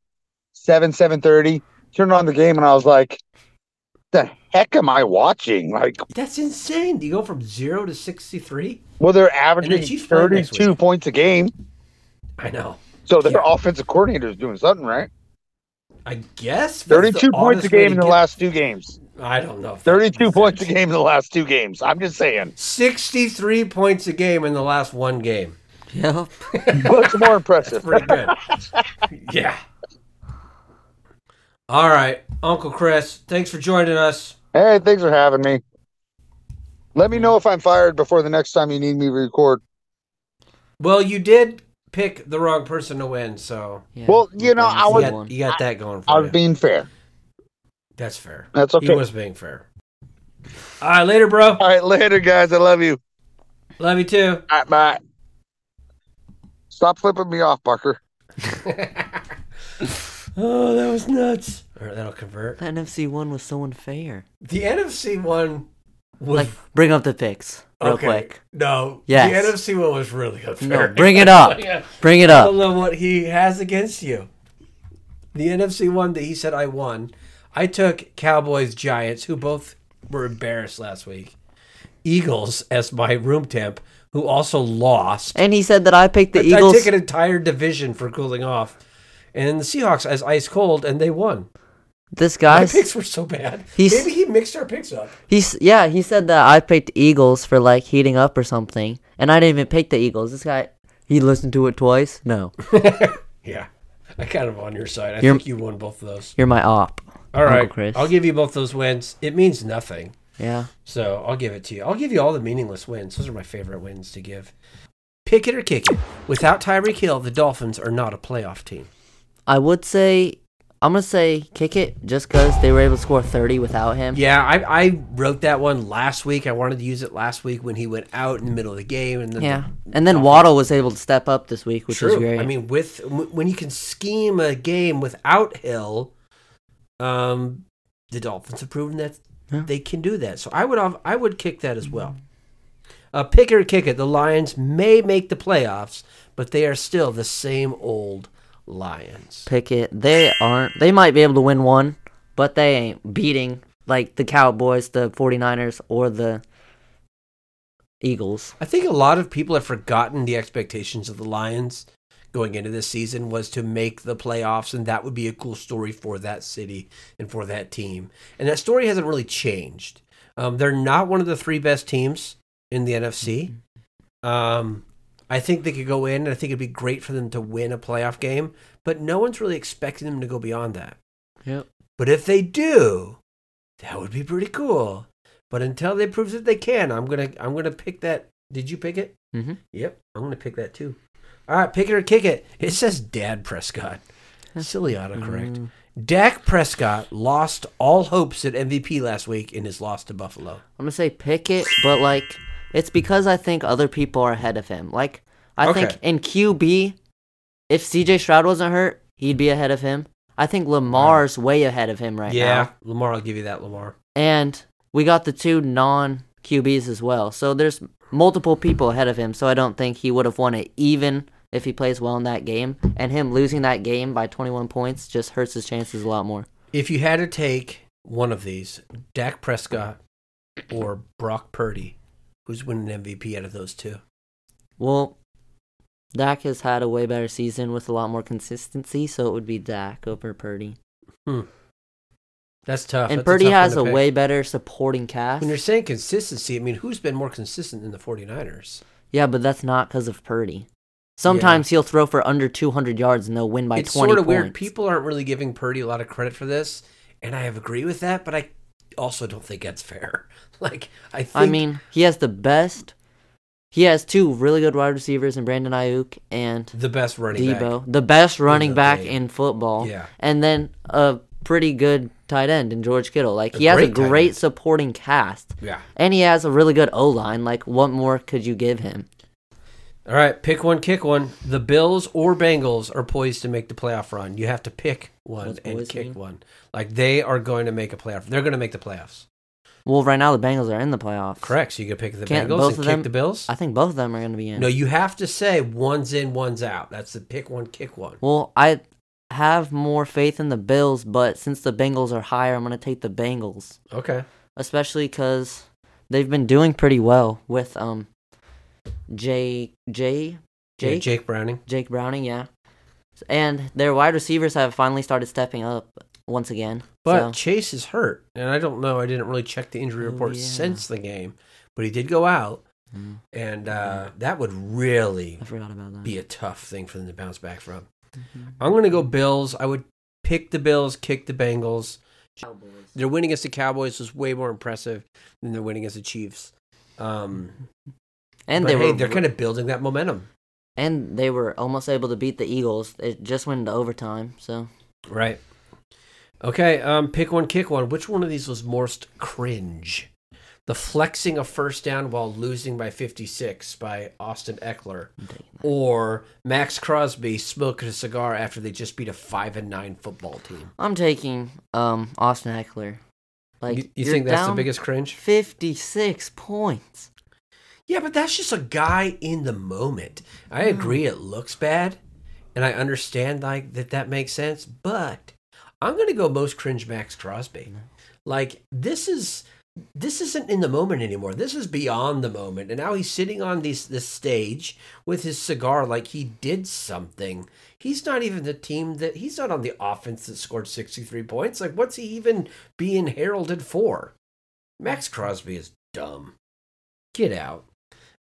[SPEAKER 3] seven, seven thirty. Turned on the game and I was like, "The heck am I watching?" Like,
[SPEAKER 1] That's insane. You go from zero to sixty-three.
[SPEAKER 3] well, they're
[SPEAKER 1] And
[SPEAKER 3] averaging
[SPEAKER 1] the Chiefs play next
[SPEAKER 3] thirty-two
[SPEAKER 1] week.
[SPEAKER 3] points a game,
[SPEAKER 1] I know.
[SPEAKER 3] so their
[SPEAKER 1] Yeah.
[SPEAKER 3] offensive coordinator is doing something right.
[SPEAKER 1] I guess that's the
[SPEAKER 3] Thirty-two points a
[SPEAKER 1] oddest way
[SPEAKER 3] game
[SPEAKER 1] to
[SPEAKER 3] in the
[SPEAKER 1] get-
[SPEAKER 3] last two games.
[SPEAKER 1] I don't know. if that makes
[SPEAKER 3] 32
[SPEAKER 1] sense.
[SPEAKER 3] points a game in the last two games. I'm just saying.
[SPEAKER 1] Sixty-three points a game in the last one game.
[SPEAKER 2] Yep.
[SPEAKER 3] What's more impressive?
[SPEAKER 1] pretty good. yeah. All right, Uncle Chris, thanks for joining us.
[SPEAKER 3] Hey, thanks for having me. Let me know if I'm fired before the next time you need me to record.
[SPEAKER 1] Well, you did pick the wrong person to win, so
[SPEAKER 2] Yeah,
[SPEAKER 3] Well, you know, I
[SPEAKER 1] you
[SPEAKER 3] was-
[SPEAKER 1] got, you got that going
[SPEAKER 3] I
[SPEAKER 1] for
[SPEAKER 3] was
[SPEAKER 1] you.
[SPEAKER 3] being fair.
[SPEAKER 1] That's fair.
[SPEAKER 3] That's
[SPEAKER 1] Oh, He
[SPEAKER 3] okay.
[SPEAKER 1] was being fair. All right, later, bro.
[SPEAKER 3] All right, later, guys. I love you.
[SPEAKER 1] Love you too.
[SPEAKER 3] All right, bye. Stop flipping me off, Parker.
[SPEAKER 1] Oh, that was nuts. All right, that'll convert.
[SPEAKER 2] The NFC one was so unfair.
[SPEAKER 1] The NFC one was
[SPEAKER 2] Like, bring up the picks real
[SPEAKER 1] okay.
[SPEAKER 2] quick.
[SPEAKER 1] No,
[SPEAKER 2] Yes.
[SPEAKER 1] the NFC one was really
[SPEAKER 2] No,
[SPEAKER 1] unfair.
[SPEAKER 2] bring it up. Bring it
[SPEAKER 1] I don't
[SPEAKER 2] up.
[SPEAKER 1] know what he has against you. The NFC one that he said I won. I took Cowboys Giants, who both were embarrassed last week. Eagles as my room temp, who also lost.
[SPEAKER 2] And he said that I picked the
[SPEAKER 1] I
[SPEAKER 2] Eagles.
[SPEAKER 1] took an entire division for cooling off. And the Seahawks as ice cold, and they won.
[SPEAKER 2] This
[SPEAKER 1] My
[SPEAKER 2] guy,
[SPEAKER 1] picks were so bad.
[SPEAKER 2] he's-
[SPEAKER 1] Maybe he mixed our picks up.
[SPEAKER 2] he's yeah, he said that I picked Eagles for like heating up or something, and I didn't even pick the Eagles. This guy, he listened to it twice. No,
[SPEAKER 1] Yeah. I kind of on your side. I
[SPEAKER 2] You're-
[SPEAKER 1] think you won both of those.
[SPEAKER 2] you're my op.
[SPEAKER 1] All right.
[SPEAKER 2] Chris.
[SPEAKER 1] I'll give you both those wins. It means nothing.
[SPEAKER 2] Yeah.
[SPEAKER 1] So I'll give it to you. I'll give you all the meaningless wins. Those are my favorite wins to give. Pick it or kick it. Without Tyreek Hill, the Dolphins are not a playoff team.
[SPEAKER 2] I would say I'm gonna say kick it just because they were able to score 30 without him.
[SPEAKER 1] Yeah, I, I wrote that one last week. I wanted to use it last week when he went out in the middle of the game, and then
[SPEAKER 2] Yeah. And then Waddle was able to step up this week, which is
[SPEAKER 1] True.
[SPEAKER 2] great.
[SPEAKER 1] I mean, with w- when you can scheme a game without Hill, um, the Dolphins have proven that
[SPEAKER 2] Yeah.
[SPEAKER 1] they can do that. So I would off- I would kick that as well. Uh, pick or kick it. The Lions may make the playoffs, but they are still the same old Lions.
[SPEAKER 2] pick it. They aren't. They might be able to win one, but they ain't beating like the Cowboys, the 49ers, or the Eagles.
[SPEAKER 1] I think a lot of people have forgotten the expectations of the Lions going into this season was to make the playoffs, and that would be a cool story for that city and for that team. And that story hasn't really changed. Um, they're not one of the three best teams in the NFC. Um, I think they could go in, and I think it'd be great for them to win a playoff game, but no one's really expecting them to go beyond that.
[SPEAKER 2] Yep.
[SPEAKER 1] But if they do, that would be pretty cool. But until they prove that they can, I'm gonna I'm gonna pick that. Did you pick it?
[SPEAKER 2] Mm-hmm.
[SPEAKER 1] Yep, I'm gonna pick that too. All right, pick it or kick it. It says Dad Prescott. Silly autocorrect.
[SPEAKER 2] Mm.
[SPEAKER 1] Dak Prescott lost all hopes at MVP last week in his loss to Buffalo.
[SPEAKER 2] I'm gonna say pick it, but like it's because I think other people are ahead of him. Like I
[SPEAKER 1] Okay.
[SPEAKER 2] think in QB, if CJ Stroud wasn't hurt, he'd be ahead of him. I think Lamar's way ahead of him right now.
[SPEAKER 1] Lamar, I'll give you that, Lamar.
[SPEAKER 2] And we got the two non QBs as well. So there's multiple people ahead of him. So I don't think he would have won it even if he plays well in that game. And him losing that game by 21 points just hurts his chances a lot more.
[SPEAKER 1] If you had to take one of these, Dak Prescott or Brock Purdy, who's winning MVP out of those two?
[SPEAKER 2] Well, Dak has had a way better season with a lot more consistency, so it would be Dak over Purdy.
[SPEAKER 1] That's tough.
[SPEAKER 2] and
[SPEAKER 1] That's a
[SPEAKER 2] Purdy
[SPEAKER 1] tough one
[SPEAKER 2] has
[SPEAKER 1] to
[SPEAKER 2] a
[SPEAKER 1] pick.
[SPEAKER 2] way better supporting cast.
[SPEAKER 1] When you're saying consistency, I mean, who's been more consistent than the 49ers?
[SPEAKER 2] Yeah, but that's not because of Purdy. Sometimes he'll throw for under 200 yards and they'll win by
[SPEAKER 1] it's
[SPEAKER 2] 20
[SPEAKER 1] sort of
[SPEAKER 2] points.
[SPEAKER 1] weird. People aren't really giving Purdy a lot of credit for this, and I have agree with that, but I also don't think that's fair. Like, I think
[SPEAKER 2] I mean, he has the best. He has two really good wide receivers in Brandon Ayuk and
[SPEAKER 1] the best running back.
[SPEAKER 2] Debo, the best running
[SPEAKER 1] the
[SPEAKER 2] back
[SPEAKER 1] league.
[SPEAKER 2] in football.
[SPEAKER 1] Yeah.
[SPEAKER 2] And then a pretty good tight end in George Kittle. Like
[SPEAKER 1] A
[SPEAKER 2] he has a
[SPEAKER 1] great tight
[SPEAKER 2] great
[SPEAKER 1] end.
[SPEAKER 2] supporting cast.
[SPEAKER 1] Yeah.
[SPEAKER 2] And he has a really good O line. Like what more could you give him?
[SPEAKER 1] All right, pick one, kick one. The Bills or Bengals are poised to make the playoff run. You have to pick one
[SPEAKER 2] What's
[SPEAKER 1] and
[SPEAKER 2] poised
[SPEAKER 1] kick
[SPEAKER 2] mean?
[SPEAKER 1] one. Like they are going to make a playoff. They're going to make the playoffs.
[SPEAKER 2] Well, right now the Bengals are in the playoffs.
[SPEAKER 1] Correct. So you can pick the
[SPEAKER 2] Can't
[SPEAKER 1] Bengals
[SPEAKER 2] both
[SPEAKER 1] and
[SPEAKER 2] of
[SPEAKER 1] kick
[SPEAKER 2] them-
[SPEAKER 1] the Bills.
[SPEAKER 2] I think both of them are going to be in.
[SPEAKER 1] No, you have to say one's in, one's out. That's the pick one, kick one.
[SPEAKER 2] Well, I have more faith in the Bills, but since the Bengals are higher, I'm going to take the Bengals,
[SPEAKER 1] Okay.
[SPEAKER 2] especially cuz they've been doing pretty well with um Jay Jay
[SPEAKER 1] Yeah,
[SPEAKER 2] Jake
[SPEAKER 1] Jake Browning.
[SPEAKER 2] Jake Browning, yeah. And their wide receivers have finally started stepping up once again.
[SPEAKER 1] But
[SPEAKER 2] so,
[SPEAKER 1] Chase is hurt, and I don't know. I didn't really check the injury
[SPEAKER 2] Oh,
[SPEAKER 1] report
[SPEAKER 2] yeah.
[SPEAKER 1] since the game, but he did go out,
[SPEAKER 2] Mm.
[SPEAKER 1] and uh, that would really
[SPEAKER 2] I forgot about that.
[SPEAKER 1] be a tough thing for them to bounce back from.
[SPEAKER 2] Mm-hmm.
[SPEAKER 1] I'm going to go Bills. I would pick the Bills, kick the Bengals. Their win against the Cowboys was way more impressive than their win against the Chiefs. Um,
[SPEAKER 2] And
[SPEAKER 1] but
[SPEAKER 2] they
[SPEAKER 1] hey,
[SPEAKER 2] were
[SPEAKER 1] they're kind of building that momentum,
[SPEAKER 2] and they were almost able to beat the Eagles. It just went into overtime, so
[SPEAKER 1] right? Okay, um, pick one, kick one. Which one of these was most cringe? The flexing a first down while losing by 56 by Austin Eckler, or Max Crosby smoking a cigar after they just beat a five and nine football team.
[SPEAKER 2] I'm taking um Austin Eckler. Like
[SPEAKER 1] you you
[SPEAKER 2] you're
[SPEAKER 1] think that's the
[SPEAKER 2] down
[SPEAKER 1] biggest cringe?
[SPEAKER 2] 56 points.
[SPEAKER 1] Yeah, but that's just a guy in the moment. I agree, it looks bad, and I understand like that that makes sense. But I'm gonna go most cringe Max Crosby. Like this is this isn't in the moment anymore. This is beyond the moment, and now he's sitting on this this stage with his cigar like he did something. He's not even the team that he's not on the offense that scored 63 points. Like what's he even being heralded for? Max Crosby is dumb. Get out.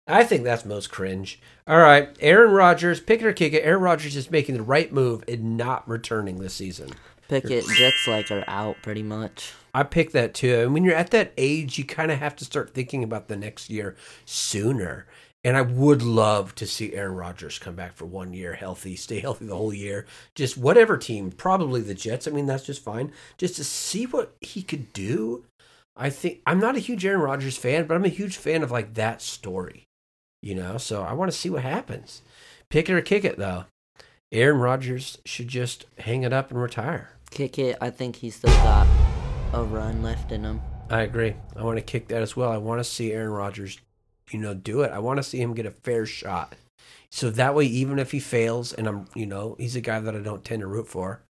[SPEAKER 1] I think that's most cringe. All right, Aaron Rodgers, pick it or kick it. Aaron Rodgers is making the right move and not returning this season.
[SPEAKER 2] Pickett Jets like are out pretty much.
[SPEAKER 1] I pick that too. And when you're at that age, you kind of have to start thinking about the next year sooner. And I would love to see Aaron Rodgers come back for one year healthy, stay healthy the whole year. Just whatever team, probably the Jets. I mean, that's just fine. Just to see what he could do. I think I'm not a huge Aaron Rodgers fan, but I'm a huge fan of like that story. You know, so I want to see what happens. Pick it or kick it though. Aaron Rodgers should just hang it up and retire.
[SPEAKER 2] Kick it. I think he's still got a run left in him.
[SPEAKER 1] I agree. I want to kick that as well. I want to see Aaron Rodgers, you know, do it. I want to see him get a fair shot. So that way, even if he fails, and I'm, you know, he's a guy that I don't tend to root for,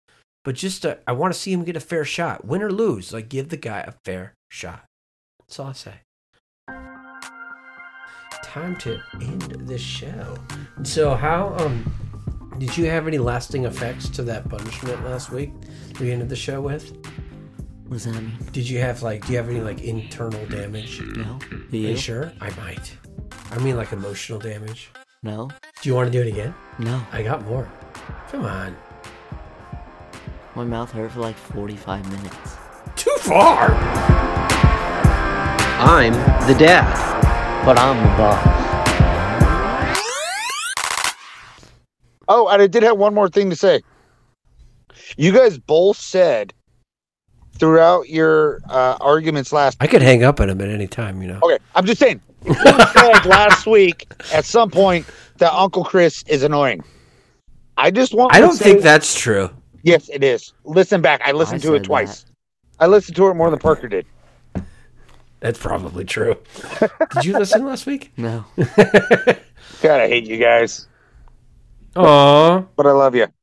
[SPEAKER 1] but just uh, I want to see him get a fair shot, win or lose. Like give the guy a fair shot. That's all I say. Time to end the show. So how um did you have any lasting effects to that punishment last week? We ended the show with.
[SPEAKER 2] What does that mean?
[SPEAKER 1] Did you have like? Do you have any like internal damage?
[SPEAKER 2] No. Do
[SPEAKER 1] Mm-hmm. Are you
[SPEAKER 2] you?
[SPEAKER 1] sure? I might. I mean, like emotional damage.
[SPEAKER 2] No.
[SPEAKER 1] Do you want to do it again?
[SPEAKER 2] No.
[SPEAKER 1] I got more. Come on.
[SPEAKER 2] My mouth hurt for like 45 minutes.
[SPEAKER 1] Too far.
[SPEAKER 4] I'm the dad.
[SPEAKER 2] But I'm the boss.
[SPEAKER 3] Oh, and I did have one more thing to say. You guys both said throughout your uh, arguments last.
[SPEAKER 1] I could hang up on him at any time, you know.
[SPEAKER 3] Okay, I'm just saying. You both said last week at some point that Uncle Chris is annoying. I just want.
[SPEAKER 1] I
[SPEAKER 3] to
[SPEAKER 1] don't
[SPEAKER 3] say-
[SPEAKER 1] think that's true.
[SPEAKER 3] Yes, it is. Listen back. I listened
[SPEAKER 2] I
[SPEAKER 3] to
[SPEAKER 2] said
[SPEAKER 3] it twice. I listened to it more than Parker did.
[SPEAKER 1] That's probably true. Did you listen last week?
[SPEAKER 2] No.
[SPEAKER 3] God, I hate you guys,
[SPEAKER 1] Aww.
[SPEAKER 3] but I love you.